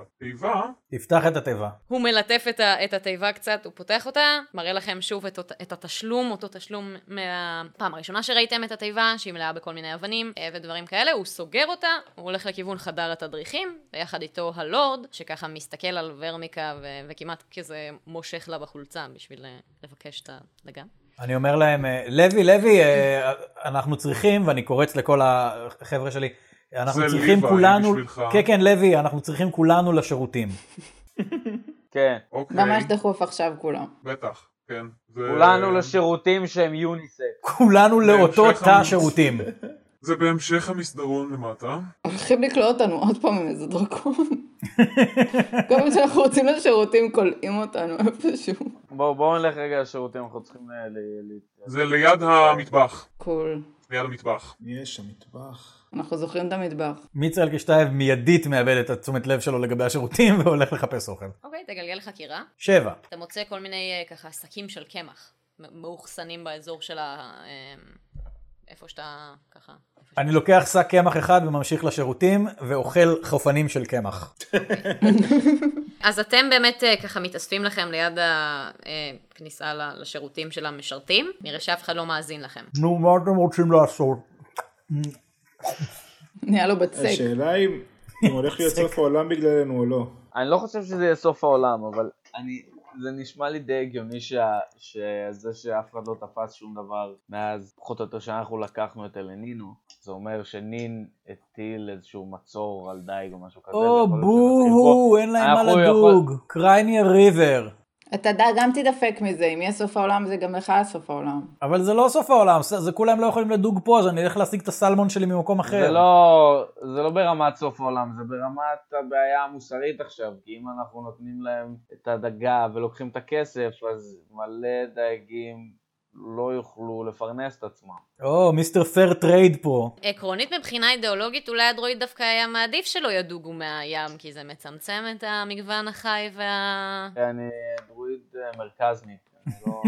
Speaker 7: בתיבה,
Speaker 2: תפתח את התיבה.
Speaker 1: הוא מלטף את, ה, את התיבה קצת, הוא פותח אותה, מראה לכם שוב את, אות- את התשלום, אותו תשלום מהפעם הראשונה שראיתם את התיבה, שהיא מלאה בכל מיני אבנים אה, ודברים כאלה, הוא סוגר אותה, הוא הולך לכיוון חדר התדריכים, ויחד איתו הלורד, שככה מסתכל על ורמיקה ו- וכמעט כזה מושך לה בחולצה בשביל אה, לבקש את הדגה.
Speaker 2: אני אומר להם, אה, לוי, לוי, אה, אנחנו צריכים, ואני קורץ לכל החבר'ה שלי, אנחנו
Speaker 7: זה
Speaker 2: צריכים
Speaker 7: ליוואי
Speaker 2: כולנו,
Speaker 7: בשבילך.
Speaker 2: כן, כן, לוי, אנחנו צריכים כולנו לשירותים.
Speaker 4: כן.
Speaker 7: אוקיי,
Speaker 5: ממש דחוף עכשיו כולם.
Speaker 7: בטח, כן. זה...
Speaker 4: כולנו לשירותים שהם יוניסק.
Speaker 2: כולנו לאותו
Speaker 7: בהמשך
Speaker 2: תא
Speaker 7: המס-
Speaker 2: שירותים.
Speaker 7: זה בהמשך המסדרון למטה.
Speaker 5: הולכים לקלוא אותנו עוד פעם עם איזה דרקון. כל פעם שאנחנו רוצים לשירותים כולאים אותנו איפשהו.
Speaker 4: בואו בואו נלך רגע לשירותים, אנחנו צריכים ל... ל- ל-
Speaker 7: זה ליד המטבח.
Speaker 5: קול.
Speaker 7: ליד המטבח.
Speaker 3: יש שם מטבח.
Speaker 5: אנחנו זוכרים את המטבח.
Speaker 2: מיצה אלקשטייב מיידית מאבד את התשומת לב שלו לגבי השירותים והולך לחפש אוכל.
Speaker 1: אוקיי, תגלגל חקירה.
Speaker 2: שבע.
Speaker 1: אתה מוצא כל מיני אה, ככה שקים של קמח, מ- מאוחסנים באזור של ה... אה, איפה שאתה ככה. איפה
Speaker 2: אני לוקח שק קמח אחד וממשיך לשירותים, ואוכל חופנים של קמח.
Speaker 1: אז אתם באמת אה, ככה מתאספים לכם ליד הכניסה ל- לשירותים של המשרתים. נראה שאף אחד לא מאזין לכם.
Speaker 2: נו, מה אתם רוצים לעשות?
Speaker 5: נהיה לו בצק.
Speaker 3: השאלה אם אם הולך להיות סוף העולם בגללנו או לא.
Speaker 4: אני לא חושב שזה יהיה סוף העולם, אבל אני, זה נשמע לי די הגיוני שה, שזה שאף אחד לא תפס שום דבר מאז פחות או יותר שאנחנו לקחנו את אלנינו, זה אומר שנין הטיל איזשהו מצור על דייג או משהו כזה.
Speaker 2: או,
Speaker 4: ויכול לא, להיות שנתחיל
Speaker 2: בואו, אין להם מה
Speaker 4: אנחנו
Speaker 2: לדוג. קרייני ריבר.
Speaker 5: אתה ד- גם תדפק מזה, אם יהיה סוף העולם זה גם לך סוף העולם.
Speaker 2: אבל זה לא סוף העולם, זה זה כולם לא יכולים לדוג פה, אז אני אלך להשיג את הסלמון שלי ממקום
Speaker 4: פה- זה
Speaker 2: אחר.
Speaker 4: לא, זה לא ברמת סוף העולם, זה ברמת הבעיה המוסרית עכשיו, כי אם אנחנו נותנים להם את הדגה ולוקחים את הכסף, אז מלא דייגים לא יוכלו לפרנס את עצמם.
Speaker 2: או, מיסטר פייר טרייד פה.
Speaker 1: עקרונית מבחינה אידיאולוגית, אולי הדרואיד דווקא היה מעדיף שלא ידוגו מהים, כי זה מצמצם את המגוון החי וה...
Speaker 4: אני דרואיד אה, מרכזניק, אני לא...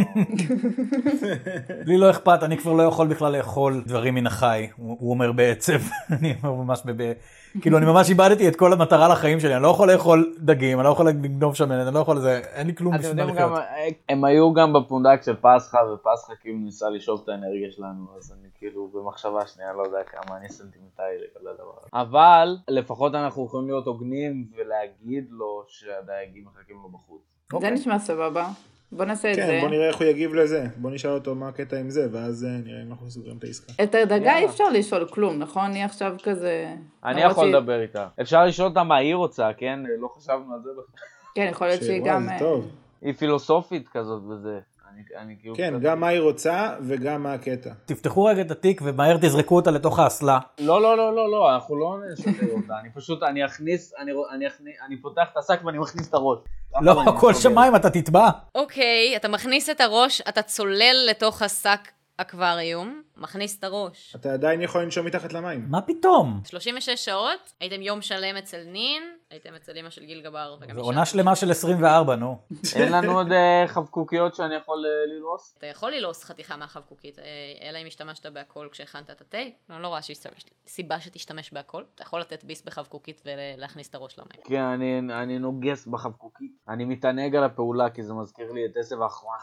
Speaker 2: לי לא אכפת, אני כבר לא יכול בכלל לאכול דברים מן החי, הוא הוא אומר בעצב. אני אומר ממש ב... ב- כאילו, אני ממש איבדתי את כל המטרה לחיים שלי, אני לא יכול לאכול דגים, אני לא יכול לגנוב שמנת, אני לא יכול זה, אין לי כלום
Speaker 4: אתם
Speaker 2: בשביל מה
Speaker 4: יודעים גם,
Speaker 2: לחיות.
Speaker 4: אה, הם היו גם בפונדק של פסחא, ופסחא כאילו ניסה לשאוב את האנרגיה שלנו, אז אני כאילו במחשבה שנייה לא יודע כמה אני סנטימנטלי לגבי הדבר הזה. אבל לפחות אנחנו יכולים להיות הוגנים ולהגיד לו שהדייגים מחכים לו בחוץ.
Speaker 5: זה נשמע סבבה. בוא נעשה את
Speaker 3: אוקיי. כן,
Speaker 5: זה.
Speaker 3: בוא נראה איך הוא יגיב לזה. בוא נשאל אותו מה הקטע עם זה, ואז אה, נראה אם אנחנו סוגרים את העסקה.
Speaker 5: את הדגה אי
Speaker 4: יאללה.
Speaker 5: אפשר לשאול כלום, נכון? היא עכשיו כזה...
Speaker 4: אני
Speaker 5: למרות
Speaker 4: יכול
Speaker 5: שהיא-
Speaker 4: לדבר איתה. אפשר לשאול אותה מה היא רוצה, כן? לא חשבנו על זה בכלל.
Speaker 5: כן, יכול להיות שהיא
Speaker 3: וואי,
Speaker 5: גם...
Speaker 3: זה
Speaker 5: אה,
Speaker 3: טוב.
Speaker 4: היא פילוסופית כזאת וזה. אני- אני כאילו...
Speaker 3: כן,
Speaker 4: קצת-
Speaker 3: גם מה היא רוצה וגם מה הקטע.
Speaker 2: תפתחו רגע את התיק ומהר תזרקו אותה לתוך האסלה.
Speaker 4: לא, לא, לא, לא, לא, אנחנו לא נשחרר אותה, אני פשוט, אני אכניס, אני, רוא- אני, אכניס, אני פותח את השק ואני מכניס את הראש.
Speaker 2: לא,
Speaker 4: אני
Speaker 2: הכל
Speaker 4: מסתובב.
Speaker 2: שמיים, אתה תטבע.
Speaker 1: אוקיי, אתה מכניס את הראש, אתה צולל לתוך השק אקווריום, מכניס את הראש.
Speaker 3: אתה עדיין יכול לנשום מתחת למים.
Speaker 2: מה פתאום?
Speaker 1: 36 שעות, הייתם יום שלם אצל נין, הייתם אצל אמא של גיל גבר. וגם
Speaker 2: זו
Speaker 1: אישה.
Speaker 2: עונה שלמה של 24, נו.
Speaker 4: אין לנו עוד אה, חבקוקיות שאני יכול אה, ללעוס?
Speaker 1: אתה יכול ללעוס חתיכה מהחבקוקית, אה, אלא אם השתמשת בהכל כשהכנת את התה. אני לא רואה שיש סיבה שתשתמש בהכל. אתה יכול לתת ביס בחבקוקית ולהכניס את הראש למים.
Speaker 4: כן, אני, אני נוגס בחבקוקית. אני מתענג על הפעולה כי זה מזכיר לי את עשב האחרונה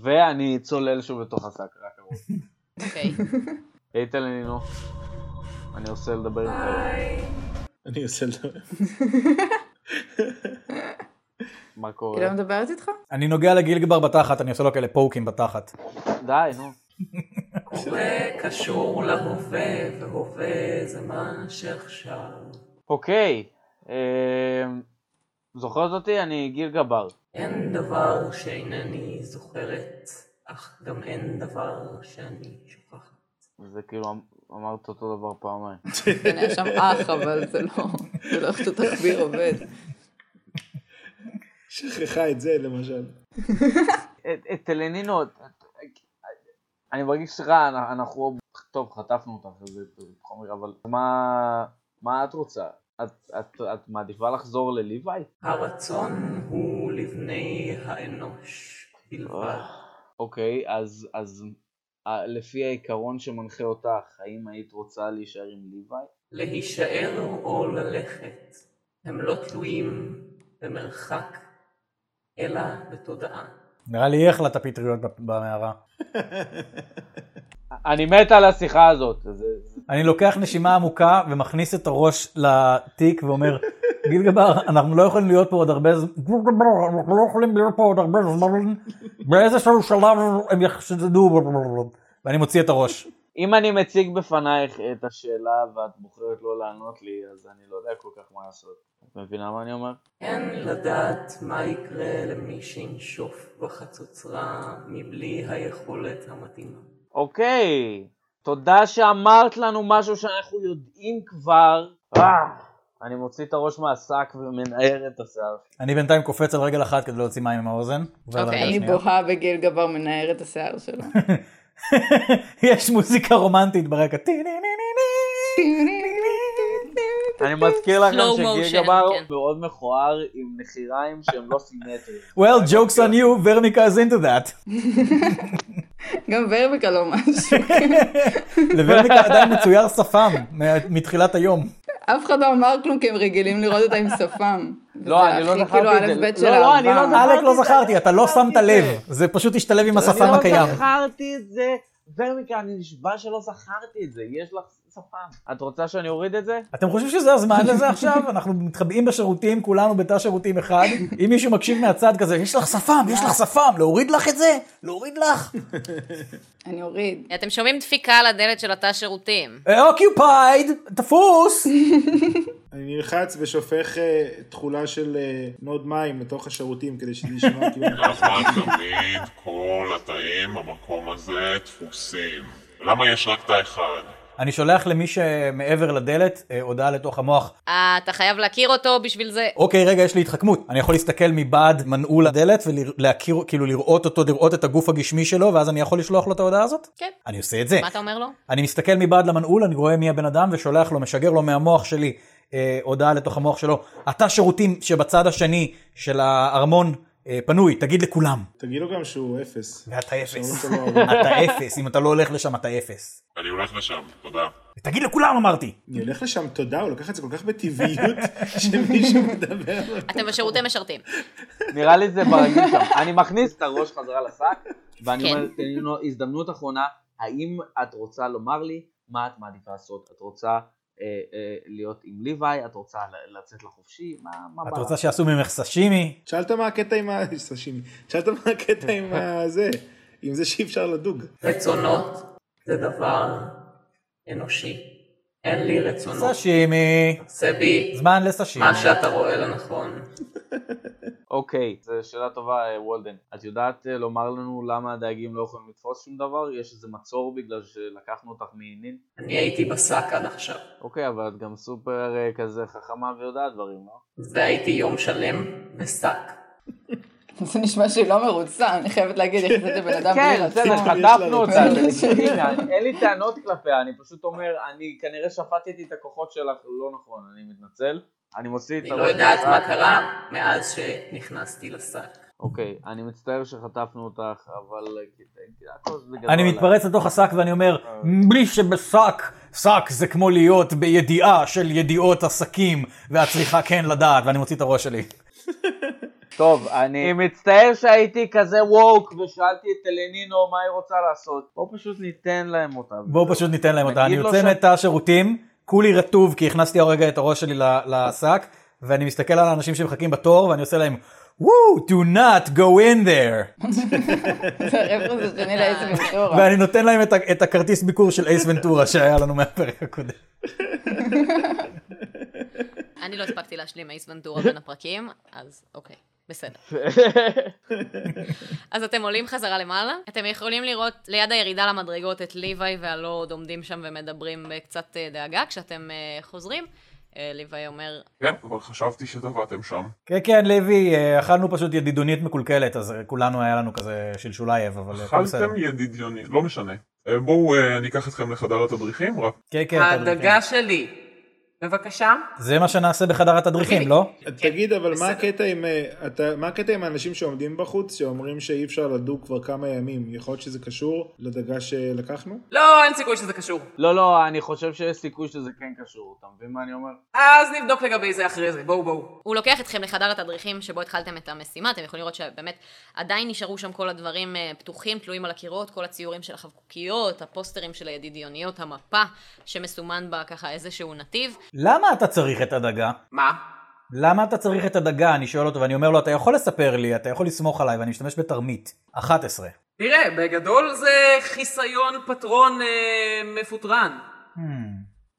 Speaker 4: ואני צולל שוב לתוך השק, רק הראש.
Speaker 1: אוקיי.
Speaker 4: היי תלנינו, לא. אני עושה לדבר איתך.
Speaker 3: אני עושה לדבר.
Speaker 4: מה
Speaker 5: היא לא
Speaker 4: קורה?
Speaker 5: מדברת איתך?
Speaker 2: אני נוגע לגילגבר בתחת, אני עושה לו כאלה פוקים בתחת.
Speaker 4: די, נו.
Speaker 9: קשור להווה, והווה זה מה שעכשיו.
Speaker 4: אוקיי, אה, זוכרת אותי? אני גיל גבר.
Speaker 9: אין דבר שאינני זוכרת, אך גם אין דבר שאני שוכחת.
Speaker 4: זה כאילו אמ- אמרת אותו דבר פעמיים.
Speaker 5: כן, היה שם אח, אבל זה לא... זה לא איך שתחביר עובד.
Speaker 3: שכחה את זה למשל.
Speaker 4: את- את טלנינו, את- את- אני מרגיש רע, אנ- אנחנו, טוב, חטפנו אותך, זה חומר, אבל מה מה את רוצה? את- את את מעדיפה לחזור לליוואי?
Speaker 9: הרצון הוא לבני האנוש בלבד.
Speaker 4: אוקיי, אז אז, אה, לפי העיקרון שמנחה אותך, האם היית רוצה להישאר עם ליוואי?
Speaker 9: להישאר או ללכת, הם לא תלויים במרחק, אלא בתודעה.
Speaker 2: נראה לי היא אכלה את הפטריות ב- במערה.
Speaker 4: אני מת על השיחה הזאת. זה- זה-
Speaker 2: אני לוקח נשימה עמוקה ומכניס את הראש לתיק ואומר, גיל גבר, אנחנו לא יכולים להיות פה עוד הרבה זמן, גיל גבר, אנחנו לא יכולים להיות פה עוד הרבה זמן, באיזשהו שלב הם יחשדו, ואני מוציא את הראש.
Speaker 4: אם אני מציג בפנייך את השאלה ואת בוחרת לא לענות לי, אז אני לא יודע כל כך מה לעשות. את מבינה מה אני אומר?
Speaker 9: אין לדעת מה יקרה למי שינשוף בחצוצרה מבלי היכולת המתאימה.
Speaker 4: אוקיי, תודה שאמרת לנו משהו שאנחנו יודעים כבר. אה, אני מוציא את הראש מהשק ומנער את השיער.
Speaker 2: אני בינתיים קופץ על רגל אחת כדי להוציא מים עם האוזן. ועל הרגל
Speaker 1: אוקיי.
Speaker 5: אני
Speaker 2: השנייה.
Speaker 5: בוהה בגיל גבר מנער את השיער שלו.
Speaker 2: יש מוזיקה רומנטית ברקע. טי, ני, ני, ני, ני.
Speaker 4: אני מזכיר לכם
Speaker 1: Slow
Speaker 4: שגיל
Speaker 1: motion,
Speaker 4: גבר
Speaker 1: כן.
Speaker 4: מאוד מכוער עם נחיריים שהם לא סימטריים.
Speaker 2: Well, jokes on you, ורמיקה is into that.
Speaker 5: גם ורביקה לא משהו.
Speaker 2: לוורמיקה עדיין מצויר שפם מה- מתחילת היום.
Speaker 5: אף אחד לא אמר כלום כי הם רגילים לראות אותה עם שפם.
Speaker 4: לא, אני לא
Speaker 5: זה הכי כאילו
Speaker 4: זכרתי את
Speaker 5: א'
Speaker 4: זה.
Speaker 5: ב'
Speaker 4: לא,
Speaker 5: של
Speaker 4: לא, אני לא
Speaker 5: העבר.
Speaker 4: זכרתי
Speaker 2: עלק לא
Speaker 4: את זה,
Speaker 2: זכרתי, אתה לא שמת לב, זה פשוט השתלב עם השפם הקיים.
Speaker 4: לא זכרתי את זה. ורמיקה, אני נשבע שלא זכרתי את זה. יש לך שפם. את רוצה שאני אוריד את זה?
Speaker 2: אתם חושבים שזה הזמן לזה עכשיו? אנחנו מתחבאים בשירותים, כולנו בתא שירותים אחד. אם מישהו מקשיב מהצד כזה, יש לך שפם, יש לך שפם, להוריד לך את זה? להוריד לך?
Speaker 5: אני אוריד.
Speaker 1: אתם שומעים דפיקה על הדלת של התא שירותים.
Speaker 2: אוקיופייד, "אה, תפוס!
Speaker 3: אני נלחץ ושופך אה, תכולה של אה, נוד מים לתוך השירותים כדי שזה יישמע כאילו...
Speaker 7: למה תמיד כל התאים במקום הזה תפוסים? למה יש רק תא אחד?
Speaker 2: אני שולח למי שמעבר לדלת אה, הודעה לתוך המוח.
Speaker 1: אה, אתה חייב להכיר אותו בשביל זה.
Speaker 2: אוקיי, רגע, יש לי התחכמות. אני יכול להסתכל מבעד מנעול הדלת ולהכיר, כאילו לראות אותו, לראות את הגוף הגשמי שלו, ואז אני יכול לשלוח לו את ההודעה הזאת?
Speaker 1: כן.
Speaker 2: אני עושה את זה.
Speaker 1: מה אתה אומר לו?
Speaker 2: אני מסתכל מבעד למנעול, אני רואה מי הבן אדם ושולח לו, משגר לו מהמוח שלי אה, הודעה לתוך המוח שלו. אתה שירותים שבצד השני של הארמון אה, פנוי, תגיד לכולם.
Speaker 3: תגיד לו גם שהוא אפס. לא-
Speaker 2: ואתה אפס.
Speaker 3: שלא תבוא.
Speaker 2: אתה אפס, אם אתה לא הולך לשם אתה אפס.
Speaker 7: אני הולך לשם, תודה.
Speaker 2: תגיד לכולם אמרתי.
Speaker 3: אני הולך לשם, תודה, הוא לקח את זה כל כך בטבעיות שמישהו מדבר.
Speaker 1: אתם בשירותי משרתים.
Speaker 4: נראה לי זה ברגיל שם. אני מכניס את הראש חזרה לשק, ואני
Speaker 1: כן.
Speaker 4: אומר, תן לי נו- הזדמנות אחרונה, האם את רוצה לומר לי מה את מעדיפה לעשות? את רוצה אה, אה, להיות עם ליוואי? את רוצה ל- לצאת לחופשי? מה מה
Speaker 2: את
Speaker 4: בא
Speaker 2: רוצה
Speaker 4: לך?
Speaker 2: שיעשו ממך סשימי?
Speaker 3: שאלת מה הקטע עם ה... סשימי. שאלת מה הקטע עם הזה. עם זה שאי אפשר לדוג.
Speaker 9: רצונות זה דבר אנושי. אין לי רצונות.
Speaker 2: סשימי.
Speaker 9: זה בי
Speaker 2: זמן לסשימי.
Speaker 9: מה שאתה רואה לנכון.
Speaker 4: אוקיי, זו שאלה טובה, אה, וולדן. את יודעת אה, לומר לנו למה הדייגים לא יכולים לתפוס שום דבר? יש איזה מצור בגלל שלקחנו אותך מימין?
Speaker 9: אני הייתי בשק עד עכשיו.
Speaker 4: אוקיי, אבל את גם סופר אה, כזה חכמה ויודעת דברים, לא?
Speaker 9: והייתי יום שלם בשק.
Speaker 5: זה נשמע שהיא לא מרוצה, אני חייבת להגיד, יחסית לבן אדם בלי
Speaker 4: כן,
Speaker 5: רצון.
Speaker 4: בסדר,
Speaker 3: יש לה
Speaker 4: חטפנו אותה,
Speaker 5: רצון.
Speaker 4: זה לגיטימי, אני- אין לי טענות כלפיה, אני פשוט אומר, אני כנראה שפטתי את הכוחות שלך לא נכון, אני מתנצל. אני מוציא את
Speaker 9: אני
Speaker 4: הראש.
Speaker 9: לא יודעת
Speaker 4: מהשק.
Speaker 9: מה קרה מאז שנכנסתי לשק.
Speaker 4: אוקיי, אני מצטער שחטפנו אותך, אבל אה, כי- הכל זה גדול.
Speaker 2: אני
Speaker 4: עליי.
Speaker 2: מתפרץ לתוך השק ואני אומר, בלי שבשק, שק זה כמו להיות בידיעה של ידיעות עסקים, ואת צריכה כן לדעת, ואני מוציא את הראש שלי.
Speaker 4: טוב, אני מצטער שהייתי כזה ווק ושאלתי את אלנינו מה היא רוצה לעשות. בואו פשוט ניתן להם אותה.
Speaker 2: בואו פשוט ניתן להם אותה. אני
Speaker 4: נגיד לו
Speaker 2: יוצא
Speaker 4: ש-
Speaker 2: מתא השירותים, כולי רטוב כי הכנסתי הרגע את הראש שלי ל- לשק, ואני מסתכל על האנשים שמחכים בתור, ואני עושה להם, וואו, do not go in there.
Speaker 5: זה הרפרנס השני לאיזה
Speaker 4: אה.
Speaker 5: מנטורה.
Speaker 2: ואני נותן להם את ה- את הכרטיס ביקור של אייס ונטורה שהיה לנו מהפרק הקודם.
Speaker 1: אני לא הספקתי להשלים אייס ונטורה בין הפרקים, אז אוקיי, בסדר. אז אתם עולים חזרה למעלה, אתם יכולים לראות ליד הירידה למדרגות את ליוואי והלורד עומדים שם ומדברים בקצת אה, דאגה כשאתם אה, חוזרים. אה, ליוואי אומר,
Speaker 7: כן, אבל חשבתי שטבעתם שם.
Speaker 2: כן, כן, לוי, אה, אכלנו פשוט ידידונית מקולקלת, אז אה, כולנו היה לנו כזה שלשולייב, אבל אה, הכל בסדר.
Speaker 7: אכלתם ידידיוני, לא משנה. אה, בואו אה, אני אקח אתכם לחדר התדריכים, רק
Speaker 2: כן, כן, תדריכים.
Speaker 8: הדגה שלי. בבקשה.
Speaker 2: זה מה שנעשה בחדר התדריכים, לא?
Speaker 7: כן,
Speaker 3: תגיד, אבל מה הקטע עם... אה, אתה- מה הקטע עם האנשים שעומדים בחוץ, שאומרים שאי אפשר לדוג כבר כמה ימים? יכול להיות שזה קשור לדגה שלקחנו?
Speaker 8: לא, אין סיכוי שזה קשור.
Speaker 4: לא, לא, אני חושב שיש סיכוי שזה כן קשור, אתה מבין מה אני אומר?
Speaker 8: אז נבדוק לגבי זה אחרי זה. בואו, בואו.
Speaker 1: הוא לוקח אתכם לחדר התדריכים שבו התחלתם את המשימה, אתם יכולים לראות שבאמת עדיין נשארו שם כל הדברים אה, פתוחים, תלויים על הקירות, כל הציורים של החבקוקיות, הפוסטרים של הידידיוניות, המפה שמסומן בה ככה איזשהו נתיב.
Speaker 2: למה אתה צריך את הדגה?
Speaker 8: מה?
Speaker 2: למה אתה צריך את הדגה? אני שואל אותו ואני אומר לו, אתה יכול לספר לי, אתה יכול לסמוך עליי, ואני משתמש בתרמית. 11.
Speaker 8: תראה, בגדול זה חיסיון פטרון אה, מפוטרן.
Speaker 2: Hmm.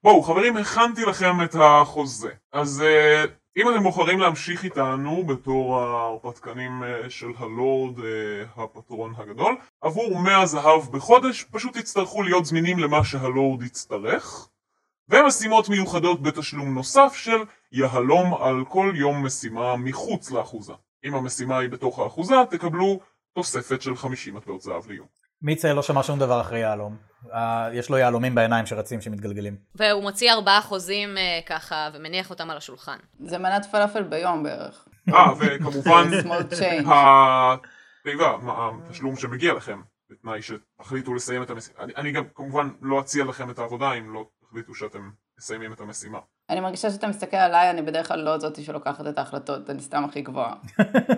Speaker 7: בואו, חברים, הכנתי לכם את החוזה. אז אה, אם אתם בוחרים להמשיך איתנו בתור ההרפתקנים אה, של הלורד אה, הפטרון הגדול, עבור 100 זהב בחודש, פשוט תצטרכו להיות זמינים למה שהלורד יצטרך, ומשימות מיוחדות בתשלום נוסף של יהלום על כל יום משימה מחוץ לאחוזה. אם המשימה היא בתוך האחוזה, תקבלו תוספת של 50 מטבעות זהב ליום.
Speaker 2: מיצה לא שמע שום דבר אחרי יהלום. אה, יש לו יהלומים בעיניים שרצים, שמתגלגלים.
Speaker 1: והוא מוציא ארבעה חוזים אה, ככה ומניח אותם על השולחן.
Speaker 5: זה מנת פלאפל ביום בערך.
Speaker 7: אה, וכמובן... אה.
Speaker 5: small change.
Speaker 7: התיבה, מה, התשלום שמגיע לכם, בתנאי שתחליטו לסיים את המשימה. אני, אני גם כמובן לא אציע לכם את העבודה אם לא תחליטו שאתם מסיימים את המשימה.
Speaker 5: אני מרגישה שאתה מסתכל עליי, אני בדרך כלל לא זאתי שלוקחת את ההחלטות, אני סתם הכי גבוהה.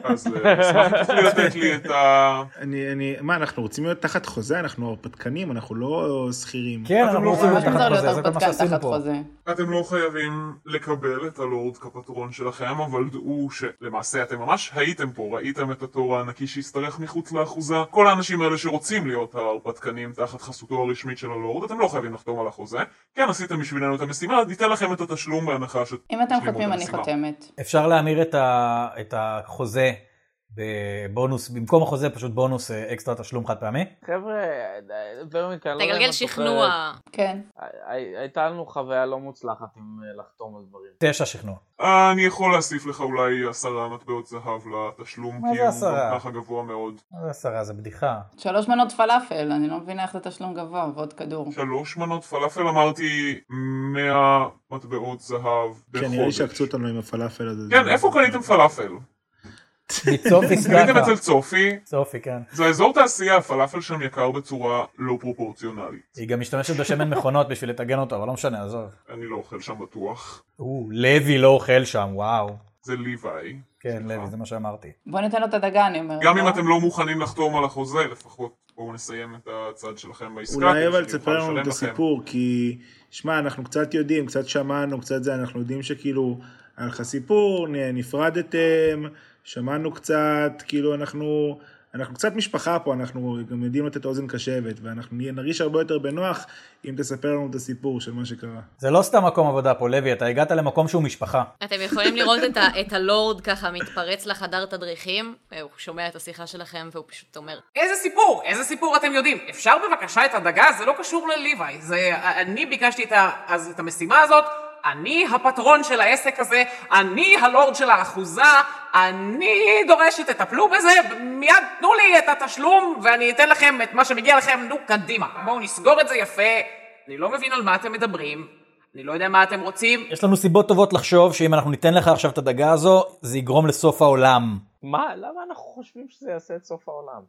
Speaker 7: אז אה, אשמח אם תוכלי לתת לי את ה...
Speaker 3: אני, אני, מה, אנחנו רוצים להיות תחת חוזה? אנחנו הרפתקנים, אנחנו לא שכירים.
Speaker 2: כן,
Speaker 7: אתם
Speaker 2: אנחנו
Speaker 7: לא
Speaker 2: רוצים
Speaker 7: ממש
Speaker 2: להיות
Speaker 5: ממש מוזר
Speaker 2: תחת חוזה, זה
Speaker 5: להיות
Speaker 2: כל מה
Speaker 5: הרפתקן
Speaker 2: שעשינו
Speaker 5: תחת
Speaker 2: פה.
Speaker 5: חוזה.
Speaker 7: אתם לא חייבים לקבל את הלורד כפטרון שלכם, אבל דעו שלמעשה אתם ממש הייתם פה, ראיתם את התור הענקי שהשתרך מחוץ לאחוזה. כל האנשים האלה שרוצים להיות ההרפתקנים תחת חסותו הרשמית של הלורד, אתם לא חייבים לחתום על החוזה. כן, עשיתם בשבילנו את המשימה, אז ניתן לכם את התשלום בהנחה ש...
Speaker 5: אם אתם
Speaker 7: תשלימו את
Speaker 5: חותמים, אני
Speaker 7: המשימה.
Speaker 5: חותמת.
Speaker 2: אפשר להמיר את, ה, את החוזה בבונוס, במקום החוזה פשוט בונוס אה, אקסטרה תשלום חד פעמי.
Speaker 4: חבר'ה, ורמיקה, לא יודע אם
Speaker 1: תגלגל
Speaker 4: את זוכרת,
Speaker 1: שכנוע.
Speaker 5: כן.
Speaker 4: הי- הייתה לנו חוויה לא מוצלחת עם אה, לחתום על דברים.
Speaker 2: תשע שכנוע.
Speaker 7: אה, אני יכול להוסיף לך אולי עשרה מטבעות זהב לתשלום,
Speaker 2: מה
Speaker 7: כי
Speaker 2: זה
Speaker 7: הוא
Speaker 2: עשרה?
Speaker 7: גם ככה גבוה מאוד.
Speaker 2: זה אה, עשרה, זה בדיחה.
Speaker 5: שלוש מנות פלאפל, אני לא מבינה איך זה תשלום גבוה, ועוד כדור.
Speaker 7: שלוש מנות פלאפל אמרתי 100 מטבעות זהב
Speaker 3: כן, נראה לי
Speaker 7: בחודש.
Speaker 3: שעקצו אותנו עם הפלאפל הזה.
Speaker 7: כן, איפה קניתם פלאפל?
Speaker 2: מצופי
Speaker 7: קניתם אצל
Speaker 2: סטאקה.
Speaker 7: צופי,
Speaker 2: צופי, כן.
Speaker 7: זה האזור תעשייה, הפלאפל שם יקר בצורה לא פרופורציונלית.
Speaker 2: היא גם משתמשת בשמן מכונות בשביל לטגן אותו, אבל לא משנה, עזוב.
Speaker 7: אני לא אוכל שם בטוח.
Speaker 2: או, לוי לא אוכל שם, וואו.
Speaker 7: זה ליוואי.
Speaker 2: כן, לוי, זה מה שאמרתי.
Speaker 5: בוא ניתן לו את הדגה, אני אומרת.
Speaker 7: גם אם
Speaker 5: לא?
Speaker 7: אתם לא מוכנים לחתום על החוזה, לפחות בואו נסיים את הצד שלכם בעסקה.
Speaker 3: אולי
Speaker 7: כדי
Speaker 3: אבל
Speaker 7: שאני אוכל
Speaker 3: תספר לנו
Speaker 7: לשלם
Speaker 3: את
Speaker 7: לכם.
Speaker 3: הסיפור, כי, שמע, אנחנו קצת יודעים, קצת שמענו, קצת זה, אנחנו יודעים שכאילו, היה לך סיפור, נ- נפרדתם, שמענו קצת, כאילו, אנחנו, אנחנו קצת משפחה פה, אנחנו גם יודעים לתת אוזן קשבת, ואנחנו נהיה- נרגיש הרבה יותר בנוח אם תספר לנו את הסיפור של מה שקרה.
Speaker 2: זה לא סתם מקום עבודה פה, לוי, אתה הגעת למקום שהוא משפחה.
Speaker 1: אתם יכולים לראות את, ה- את הלורד ככה מתפרץ לחדר תדריכים, אה, הוא שומע את השיחה שלכם והוא פשוט אומר,
Speaker 8: איזה סיפור? איזה סיפור אתם יודעים? אפשר בבקשה את הדגה? זה לא קשור לליוואי. זה... אני ביקשתי את, ה... אז את המשימה הזאת, אני הפטרון של העסק הזה, אני הלורד של האחוזה, אני דורש שתטפלו בזה, מיד תנו לי את התשלום ואני אתן לכם את מה שמגיע לכם, נו, קדימה. בואו נסגור את זה יפה. אני לא מבין על מה אתם מדברים, אני לא יודע מה אתם רוצים.
Speaker 2: יש לנו סיבות טובות לחשוב שאם אנחנו ניתן לך עכשיו את הדגה הזו, זה יגרום לסוף העולם.
Speaker 4: מה? למה אנחנו חושבים שזה יעשה את סוף העולם?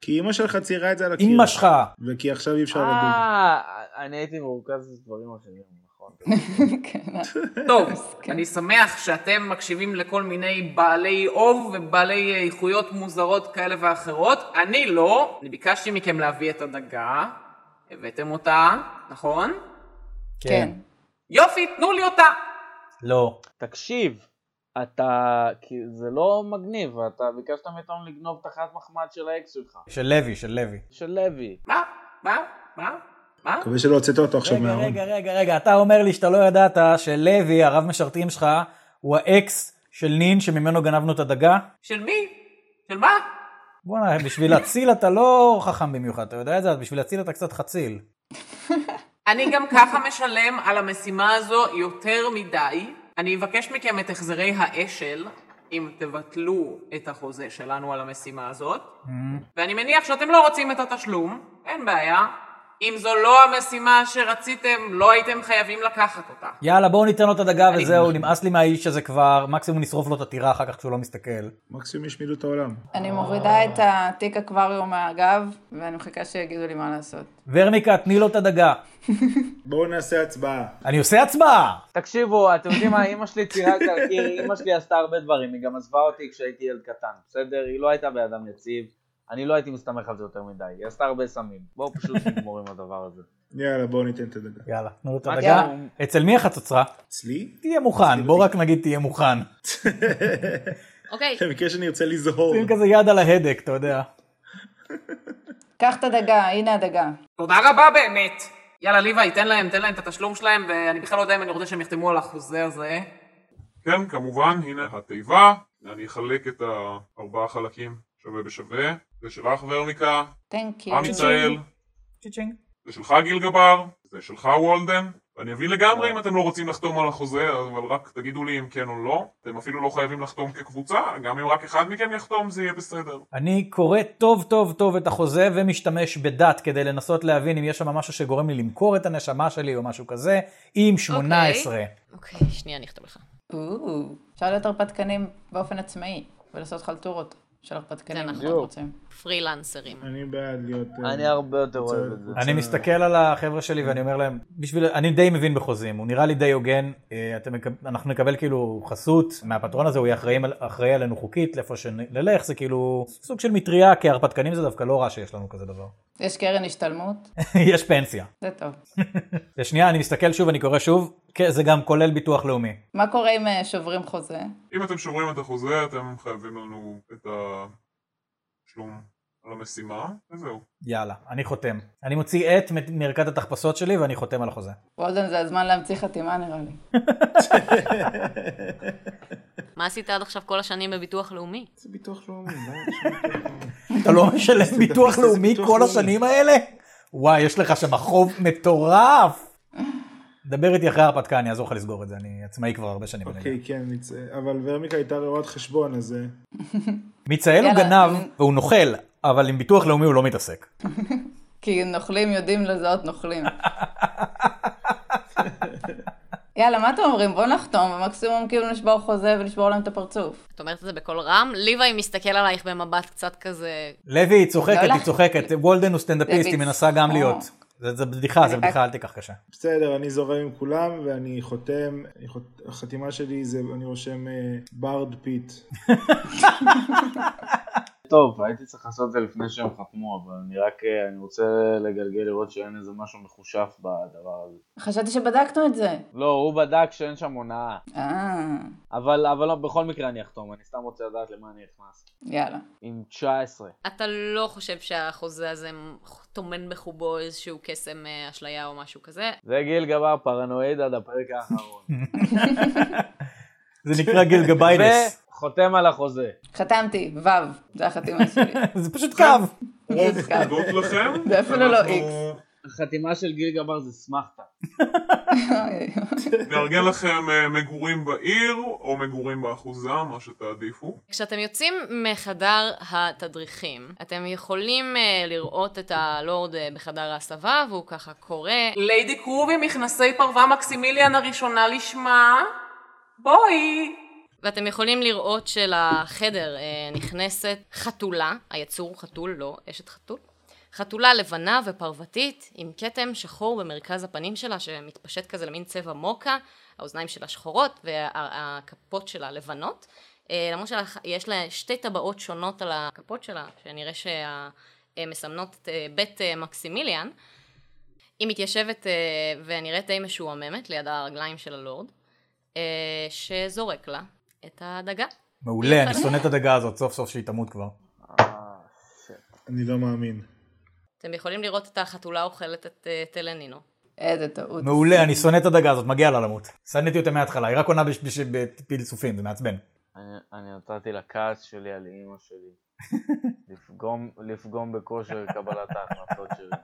Speaker 3: כי אמא שלך ציירה את זה על הקיר.
Speaker 2: אמא שלך. אה.
Speaker 3: וכי עכשיו אי אפשר לדון.
Speaker 4: אה, אני הייתי מרוכז בדברים אחרים, נכון.
Speaker 5: כן.
Speaker 8: טוב, אני שמח שאתם מקשיבים לכל מיני בעלי אוב ובעלי איכויות מוזרות כאלה ואחרות. אני לא, אני ביקשתי מכם להביא את הדגה, הבאתם אותה, נכון?
Speaker 5: כן.
Speaker 8: יופי, תנו לי אותה.
Speaker 2: לא.
Speaker 4: תקשיב, אתה... כי זה לא מגניב, אתה ביקשת מאיתנו לגנוב את החת מחמד של האקס שלך,
Speaker 2: של לוי, של לוי.
Speaker 4: של לוי.
Speaker 8: מה? מה? מה? מה?
Speaker 3: מקווה שלא הוצאת אותו עכשיו
Speaker 2: רגע,
Speaker 3: מהארון.
Speaker 2: רגע, רגע, רגע, אתה אומר לי שאתה לא ידעת שלוי, הרב משרתים שלך, הוא האקס של נין שממנו גנבנו את הדגה?
Speaker 8: של מי? של מה?
Speaker 2: בואנה, בשביל להציל אתה לא חכם במיוחד, אתה יודע את זה? אז בשביל להציל אתה קצת חציל.
Speaker 8: אני גם ככה משלם על המשימה הזו יותר מדי. אני אבקש מכם את החזרי האשל, אם תבטלו את החוזה שלנו על המשימה הזאת. ואני מניח שאתם לא רוצים את התשלום, אין בעיה. אם זו לא המשימה שרציתם, לא הייתם חייבים לקחת אותה.
Speaker 2: יאללה, בואו ניתן לו את הדגה וזהו, נמאס לי מהאיש הזה כבר, מקסימום נשרוף לו את הטירה אחר כך כשהוא לא מסתכל.
Speaker 3: מקסימום ישמידו את העולם.
Speaker 5: אני מורידה את התיק אקווריום מהגב, ואני מחכה שיגידו לי מה לעשות.
Speaker 2: ורמיקה, תני לו את הדגה.
Speaker 3: בואו נעשה הצבעה.
Speaker 2: אני עושה הצבעה!
Speaker 4: תקשיבו, אתם יודעים מה, אימא שלי ציירה את זה על קיר, אימא שלי עשתה הרבה דברים, היא גם עזבה אותי כשהייתי ילד קטן, בסדר? היא לא הייתה באדם יציב, אני לא הייתי מסתמך על זה יותר מדי, היא עשתה הרבה סמים. בואו פשוט נגמור עם הדבר הזה.
Speaker 3: יאללה, בואו ניתן את הדקה.
Speaker 2: יאללה, תנו לו את
Speaker 4: מה
Speaker 2: הדגה.
Speaker 4: אתם-
Speaker 2: אצל מי החצוצרה?
Speaker 3: אצלי?
Speaker 2: תהיה מוכן, בוא רק נגיד תהיה מוכן.
Speaker 1: אוקיי,
Speaker 3: במקרה שאני ארצה לזהור.
Speaker 2: שים כזה יד על ההדק, אתה יודע.
Speaker 5: קח את הדגה, הנה הדגה.
Speaker 8: תודה רבה באמת. יאללה, ליוואי, תן להם, תן להם את התשלום שלהם, ואני בכלל לא יודע אם אני רוצה שהם יחתמו על החוזה הזה.
Speaker 7: כן, כמובן, הנה התיבה. אני אחלק את הארבעה חלקים שווה בשווה. זה שלך ורמיקה,
Speaker 5: תנק יו.
Speaker 7: עם ישראל,
Speaker 2: צ'יצ'ינג.
Speaker 7: זה שלך גיל גבר, זה שלך וולדן. אני אבין לגמרי אם אתם לא רוצים לחתום על החוזה, אבל רק תגידו לי אם כן או לא. אתם אפילו לא חייבים לחתום כקבוצה, גם אם רק אחד מכם יחתום זה יהיה בסדר.
Speaker 2: אני קורא טוב טוב טוב את החוזה ומשתמש בדת כדי לנסות להבין אם יש שם משהו שגורם לי למכור את הנשמה שלי או משהו כזה, עם 18.
Speaker 1: אוקיי, שנייה אני אכתוב לך.
Speaker 5: או, אפשר להיות הרפתקנים באופן עצמאי, ולעשות חלטורות. של הרפתקנים,
Speaker 1: זה
Speaker 5: אנחנו
Speaker 1: נכון.
Speaker 5: רוצים.
Speaker 1: פרילנסרים.
Speaker 3: אני בעד להיות... אה,
Speaker 4: אני הרבה יותר אוהב את זה.
Speaker 3: יוצא-
Speaker 2: אני מסתכל על החבר'ה שלי ואני אומר להם, בשביל, אני די מבין בחוזים, הוא נראה לי די הוגן, אה, אתם, מקב- אנחנו נקבל כאילו חסות מהפטרון הזה, הוא יהיה אחראי, על- אחראי עלינו חוקית, לאיפה שנלך, זה כאילו סוג של מטריה, כי הרפתקנים זה דווקא לא רע שיש לנו כזה דבר.
Speaker 5: יש קרן השתלמות?
Speaker 2: יש פנסיה.
Speaker 5: זה טוב.
Speaker 2: שנייה, אני מסתכל שוב, אני קורא שוב, כן, זה גם כולל ביטוח לאומי.
Speaker 5: מה קורה אם אה, שוברים חוזה?
Speaker 7: אם אתם שומרים את החוזה, אתם חייבים לנו את התשלום על המשימה, וזהו.
Speaker 2: יאללה, אני חותם. אני מוציא את מ- מערכת התחפשות שלי ואני חותם על החוזה.
Speaker 5: וולדן זה הזמן להמציא חתימה נראה לי.
Speaker 1: מה עשית עד עכשיו כל השנים בביטוח לאומי?
Speaker 10: זה ביטוח לאומי, מה יש שם ביטוח לאומי?
Speaker 2: אתה לא משלם ביטוח לאומי
Speaker 10: ביטוח
Speaker 2: כל
Speaker 10: לאומי.
Speaker 2: השנים האלה? וואי, יש לך שם חוב מטורף. דבר איתי אחרי ההרפתקה, אני אעזור לך לסגור את זה, אני עצמאי כבר הרבה שנים. בנגב.
Speaker 3: אוקיי, כן, נצא. אבל ורמיקה הייתה רואת חשבון, אז... אה,
Speaker 2: מיצאל הוא
Speaker 5: יאללה,
Speaker 2: גנב
Speaker 5: אני-
Speaker 2: והוא נוכל, אבל עם ביטוח לאומי הוא לא מתעסק.
Speaker 5: כי נוכלים יודעים לזהות נוכלים. יאללה, מה אתם אומרים? בוא נחתום, ומקסימום כאילו נשבור חוזה ונשבור להם את הפרצוף.
Speaker 1: את אומרת את זה בקול רם? ליוואי מסתכל עלייך במבט קצת כזה...
Speaker 2: לוי, היא צוחקת,
Speaker 5: לא
Speaker 2: היא
Speaker 5: לך-
Speaker 2: צוחקת. וולדן הוא סטנדאפיסט,
Speaker 5: לוי, אה.
Speaker 2: היא מנסה גם
Speaker 5: צחוק.
Speaker 2: להיות. זה זה בדיחה, זה
Speaker 5: רק-
Speaker 2: בדיחה, אל תיקח קשה.
Speaker 3: בסדר, אני זורם עם כולם, ואני חותם, אני חות- החתימה שלי זה, אני רושם אה, ברד פיט.
Speaker 4: טוב, הייתי צריך לעשות את זה לפני שהם חתמו, אבל אני רק, אה, אני רוצה לגלגל לראות שאין איזה משהו מחושף בדבר הזה.
Speaker 5: חשבתי שבדקנו את זה.
Speaker 4: לא, הוא בדק שאין שם הונאה.
Speaker 5: אה,
Speaker 4: אבל, אבל לא, בכל מקרה אני אחתום, אני סתם רוצה לדעת למה אני נכנס.
Speaker 5: יאללה.
Speaker 4: עם 19.
Speaker 1: אתה לא חושב שהחוזה הזה טומן בחובו איזשהו קסם אה, אשליה או משהו כזה?
Speaker 4: זה גיל גבר פרנואיד עד הפרק האחרון.
Speaker 2: זה נקרא גיל גביידס.
Speaker 4: וחותם על החוזה.
Speaker 5: חתמתי, וו, זה החתימה שלי.
Speaker 2: זה פשוט קו.
Speaker 7: רוב
Speaker 5: זה גם.
Speaker 7: תודות לכם.
Speaker 5: זה אפילו לא
Speaker 7: אנחנו
Speaker 5: איקס.
Speaker 4: החתימה של גיל גבר זה סמכתה.
Speaker 7: נארגן לכם אה, מגורים בעיר, או מגורים באחוזה, מה שתעדיפו.
Speaker 1: כשאתם יוצאים מחדר התדריכים, אתם יכולים אה, לראות את הלורד אה, בחדר ההסבה, והוא ככה קורא,
Speaker 8: ליידי קרוב עם מכנסי פרווה מקסימיליאן הראשונה לשמה, בואי.
Speaker 1: ואתם יכולים לראות שלחדר אה, נכנסת חתולה, היצור חתול, לא אשת חתול, חתולה לבנה ופרוותית, עם כתם שחור במרכז הפנים שלה, שמתפשט כזה למין צבע מוקה, האוזניים שלה שחורות והכפות שלה לבנות. אה, למרות שיש לה שתי טבעות שונות על הכפות שלה, שנראה שמסמנות את אה, בית אה, מקסימיליאן. היא מתיישבת אה, ונראית די משועממת ליד הרגליים של הלורד, אה, שזורק לה את הדגה.
Speaker 2: מעולה, אני שונא את הדגה הזאת, סוף סוף שהיא תמות כבר.
Speaker 4: אה,
Speaker 3: אני לא מאמין.
Speaker 1: אתם יכולים לראות את החתולה אוכלת את אה, טלנינו.
Speaker 5: איזה טעות.
Speaker 2: מעולה, אני שונא את הדגה הזאת, מגיע לה למות. שנאתי אותה מההתחלה, היא רק עונה בש- בש- בפלסופים, זה מעצבן.
Speaker 4: אני, אני נתתי לכעס שלי על אימא שלי. לפגום, לפגום בכושר קבלת ההחלטות שלי.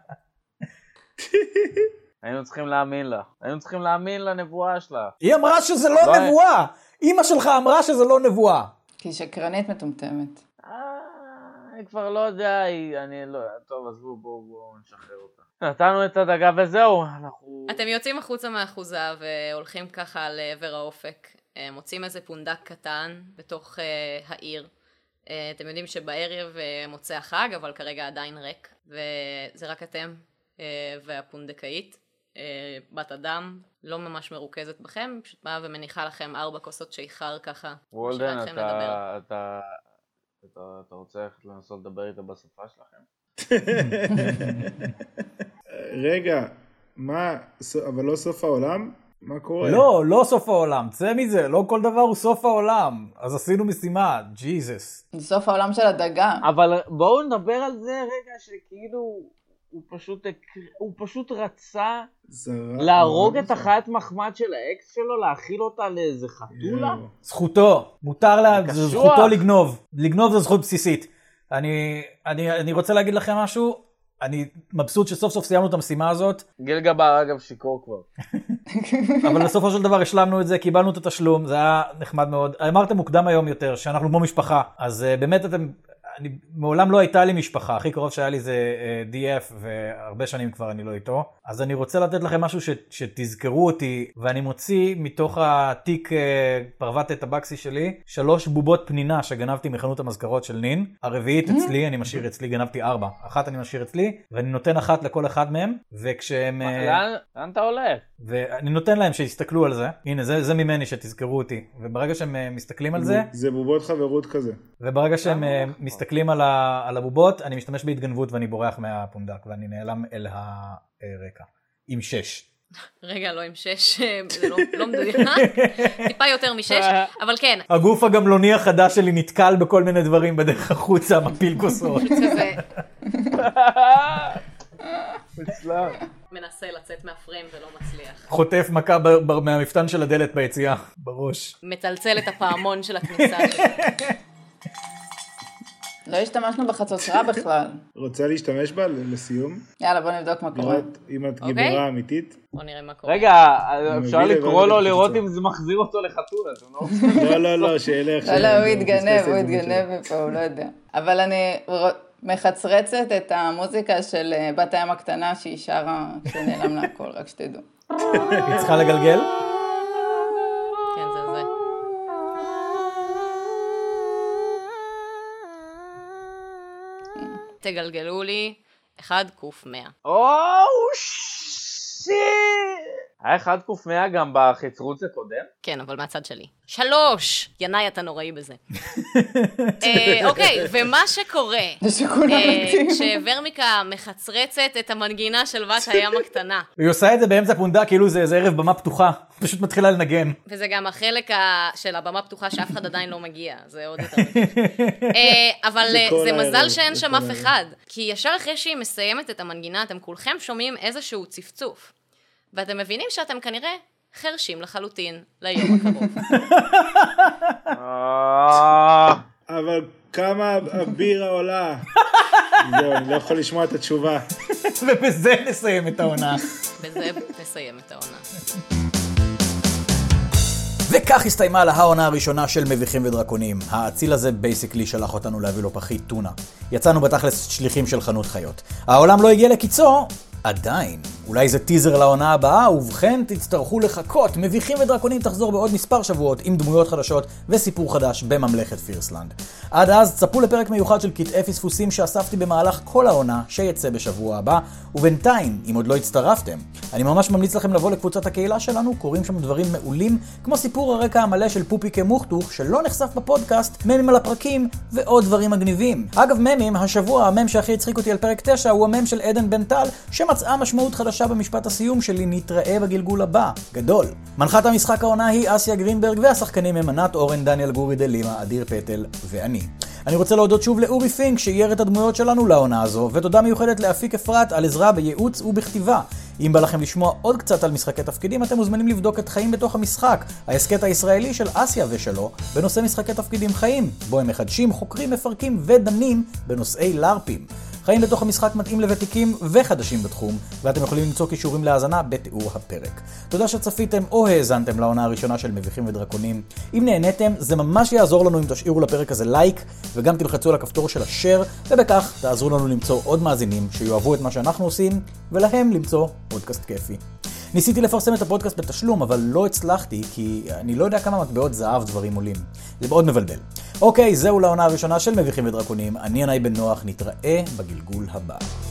Speaker 4: היינו צריכים להאמין לה. היינו צריכים להאמין לנבואה שלה.
Speaker 2: היא אמרה שזה לא
Speaker 4: לא,
Speaker 2: נבואה! אימא שלך אמרה שזה לא נבואה!
Speaker 5: כי היא שקרנית מטומטמת.
Speaker 4: אה, אני כבר לא יודע, היא... אני לא... טוב, עזבו, בואו בואו נשחרר אותה. נתנו את הדגה וזהו, אנחנו...
Speaker 1: אתם יוצאים החוצה מהאחוזה והולכים ככה לעבר האופק. אה, מוצאים איזה פונדק קטן בתוך אה, העיר. אה, אתם יודעים שבערב אה, מוצא החג, אבל כרגע עדיין ריק. וזה רק אתם אה, והפונדקאית, אה, בת אדם, לא ממש מרוכזת בכם, פשוט באה ומניחה לכם ארבע כוסות שיכר ככה.
Speaker 4: וולדן,
Speaker 1: משאירה
Speaker 4: אתה,
Speaker 1: אתכם לדבר.
Speaker 4: אתה, אתה, אתה, רוצה ללכת לנסות לדבר איתה בשפה שלכם?
Speaker 3: רגע, מה, ס- אבל לא סוף העולם? מה קורה?
Speaker 2: לא, לא סוף העולם, צא מזה, לא כל דבר הוא סוף העולם. אז עשינו משימה, ג'יזוס.
Speaker 5: זה סוף העולם של הדגה.
Speaker 4: אבל בואו נדבר על זה רגע שכאילו הוא פשוט, הקר- הוא פשוט רצה אה,
Speaker 3: זרה-
Speaker 4: להרוג
Speaker 3: הרג
Speaker 4: את החיית מחמד של האקס שלו, להאכיל אותה לאיזה חתולה?
Speaker 3: יואו.
Speaker 2: זכותו, מותר לה,
Speaker 4: זה
Speaker 2: זו
Speaker 4: קשוח.
Speaker 2: זכותו לגנוב. לגנוב זו זכות בסיסית. אני, אני, אני רוצה להגיד לכם משהו, אני מבסוט שסוף סוף סיימנו את המשימה הזאת,
Speaker 4: גיל גבר אגב שיכור כבר.
Speaker 2: אבל בסופו של דבר השלמנו את זה, קיבלנו את התשלום, זה היה נחמד מאוד. אמרתם מוקדם היום יותר, שאנחנו כמו משפחה, אז אה, באמת אתם, אני, מעולם לא הייתה לי משפחה, הכי קרוב שהיה לי זה אה, DF, והרבה שנים כבר אני לא איתו. אז אני רוצה לתת לכם משהו ש, שתזכרו אותי, ואני מוציא מתוך התיק אה, פרוות הטבקסי שלי, שלוש בובות פנינה שגנבתי מחנות המזכרות של נין. הרביעית אצלי, אני משאיר אצלי, גנבתי ארבע. אחת אני משאיר אצלי, ואני נותן אחת לכל אחד מהם, וכשהם... אה,
Speaker 4: לאן- לאן אתה הולך?
Speaker 2: ואני נותן להם שיסתכלו על זה. הנה, זה, זה ממני שתזכרו אותי. וברגע שהם אה, מסתכלים על זה,
Speaker 3: זה בובות חברות כזה.
Speaker 2: וברגע שהם אה, מסתכלים על, ה, על הבובות, אני משתמש בהתגנבות ואני בורח מהפונדק, ואני נעלם אל הרקע. עם שש.
Speaker 1: רגע, לא עם שש, אה, זה לא, לא מדויק, טיפה יותר משש, אבל כן,
Speaker 2: הגוף הגמלוני החדש שלי נתקל בכל מיני דברים בדרך החוצה, מפיל כוסות.
Speaker 1: כזה
Speaker 3: אצלם.
Speaker 1: מנסה לצאת מהפריים ולא מצליח.
Speaker 2: חוטף מכה ב, ב, מהמפתן של הדלת ביציאה, בראש.
Speaker 1: מצלצל את הפעמון של הכניסה שלו.
Speaker 5: לא השתמשנו בחצוצרה בכלל.
Speaker 3: רוצה להשתמש בה ל- לסיום?
Speaker 5: יאללה, בוא נבדוק מה קורה.
Speaker 3: לראות אם את
Speaker 1: אוקיי.
Speaker 3: גיבורה אמיתית?
Speaker 1: בוא נראה מה קורה.
Speaker 4: רגע, אה, אפשר
Speaker 3: מבין,
Speaker 4: לקרוא
Speaker 3: הבנתי,
Speaker 4: לו
Speaker 3: אני
Speaker 4: לראות
Speaker 3: חושב.
Speaker 4: אם זה מחזיר אותו לחתול, אתם לא...
Speaker 3: לא, לא, לא, שילך.
Speaker 5: לא,
Speaker 3: שילך,
Speaker 5: לא, הוא
Speaker 3: פספס את
Speaker 5: התגנב, הוא
Speaker 3: ההזדמנות שלו.
Speaker 5: התגנב מפה, הוא לא יודע. אבל אני ר- מחצרצת את המוזיקה של אה, בת הים הקטנה שהיא שרה כשנעלם לה הכל, רק שתדעו.
Speaker 2: היא צריכה לגלגל?
Speaker 1: כן, זה זה. תגלגלו לי 1 ק 100.
Speaker 4: אוו, שיט! היה אחד קמ"ע גם בחצרוץ הקודם?
Speaker 1: כן, אבל מהצד שלי. שלוש! ינאי, אתה נוראי בזה. אה, אוקיי, ומה שקורה,
Speaker 5: זה שכולם
Speaker 1: אה,
Speaker 5: מתים.
Speaker 1: כשוורמיקה מחצרצת את המנגינה של בת הים הקטנה,
Speaker 2: היא עושה את זה באמצע הפונדק, כאילו זה איזה ערב במה פתוחה. פשוט מתחילה לנגן.
Speaker 1: וזה גם החלק ה- של הבמה פתוחה שאף אחד עדיין לא מגיע, זה עוד יותר מביך. אה, אבל
Speaker 3: זה
Speaker 1: אה,
Speaker 3: כל
Speaker 1: זה
Speaker 3: הערב,
Speaker 1: מזל שאין
Speaker 3: זה
Speaker 1: שם
Speaker 3: כל
Speaker 1: אף
Speaker 3: הערב.
Speaker 1: אחד, כי ישר אחרי שהיא מסיימת את המנגינה, אתם כולכם שומעים איזשהו צפצוף, ואתם מבינים שאתם כנראה חרשים לחלוטין ליום הקרוב.
Speaker 4: אה,
Speaker 3: אבל כמה הבירה עולה? זהו, אני לא יכול לשמוע את התשובה.
Speaker 2: ובזה נסיים את העונה.
Speaker 1: בזה נסיים את העונה.
Speaker 2: וכך הסתיימה לה העונה הראשונה של מביכים ודרקונים. האציל הזה בייסיקלי שלח אותנו להביא לו פחית טונה. יצאנו בתכלס שליחים של חנות חיות. העולם לא הגיע לקיצו, עדיין. אולי זה טיזר לעונה הבאה, ובכן תצטרכו לחכות. מביכים ודרקונים תחזור בעוד מספר שבועות עם דמויות חדשות וסיפור חדש בממלכת פירסלנד. עד אז צפו לפרק מיוחד של קטעי פספוסים שאספתי במהלך כל העונה, שיצא בשבוע הבא, ובינתיים, אם עוד לא הצטרפתם, אני ממש ממליץ לכם לבוא לקבוצת הקהילה שלנו, קוראים שם דברים מעולים, כמו סיפור הרקע המלא של פופיקה מוכתוך, שלא נחשף בפודקאסט, ממים על הפרקים, ועוד דברים מגניבים. אגב ממים, השבוע המם שהכי הצחיק אותי על פרק 9 הוא המם של עדן בן טל, שמצאה משמעות חדשה במשפט הסיום שלי, נתראה בגלגול הבא. גדול. מנחת המשחק העונה היא אסיה גרינברג, והשחקנים הם ענת אורן, דניאל גורי דלימה, אדיר פטל ואני. אני רוצה להודות שוב לאורי פינק שאייר את הדמויות שלנו לעונה הזו, ותודה מיוחדת לאפיק אפרת על עזרה בייעוץ ובכתיבה. אם בא לכם לשמוע עוד קצת על משחקי תפקידים, אתם מוזמנים לבדוק את חיים בתוך המשחק, ההסכת הישראלי של אסיה ושלו, בנושא משחקי תפקידים חיים, בו הם מחדשים, חוקרים, מפרקים ודנים בנושאי לארפים. חיים בתוך המשחק מתאים לוותיקים וחדשים בתחום, ואתם יכולים למצוא קישורים להאזנה בתיאור הפרק. תודה שצפיתם או האזנתם לעונה הראשונה של מביכים ודרקונים. אם נהניתם, זה ממש יעזור לנו אם תשאירו לפרק הזה לייק, וגם תלחצו על הכפתור של השאר, ובכך תעזרו לנו למצוא עוד מאזינים שיאהבו את מה שאנחנו עושים, ולהם למצוא פודקאסט כיפי. ניסיתי לפרסם את הפודקאסט בתשלום, אבל לא הצלחתי, כי אני לא יודע כמה מטבעות זהב דברים עולים. זה מאוד מבלבל. אוקיי, זהו לעונה הראשונה של מביכים ודרקונים. אני ינאי בן נוח, נתראה בגלגול הבא.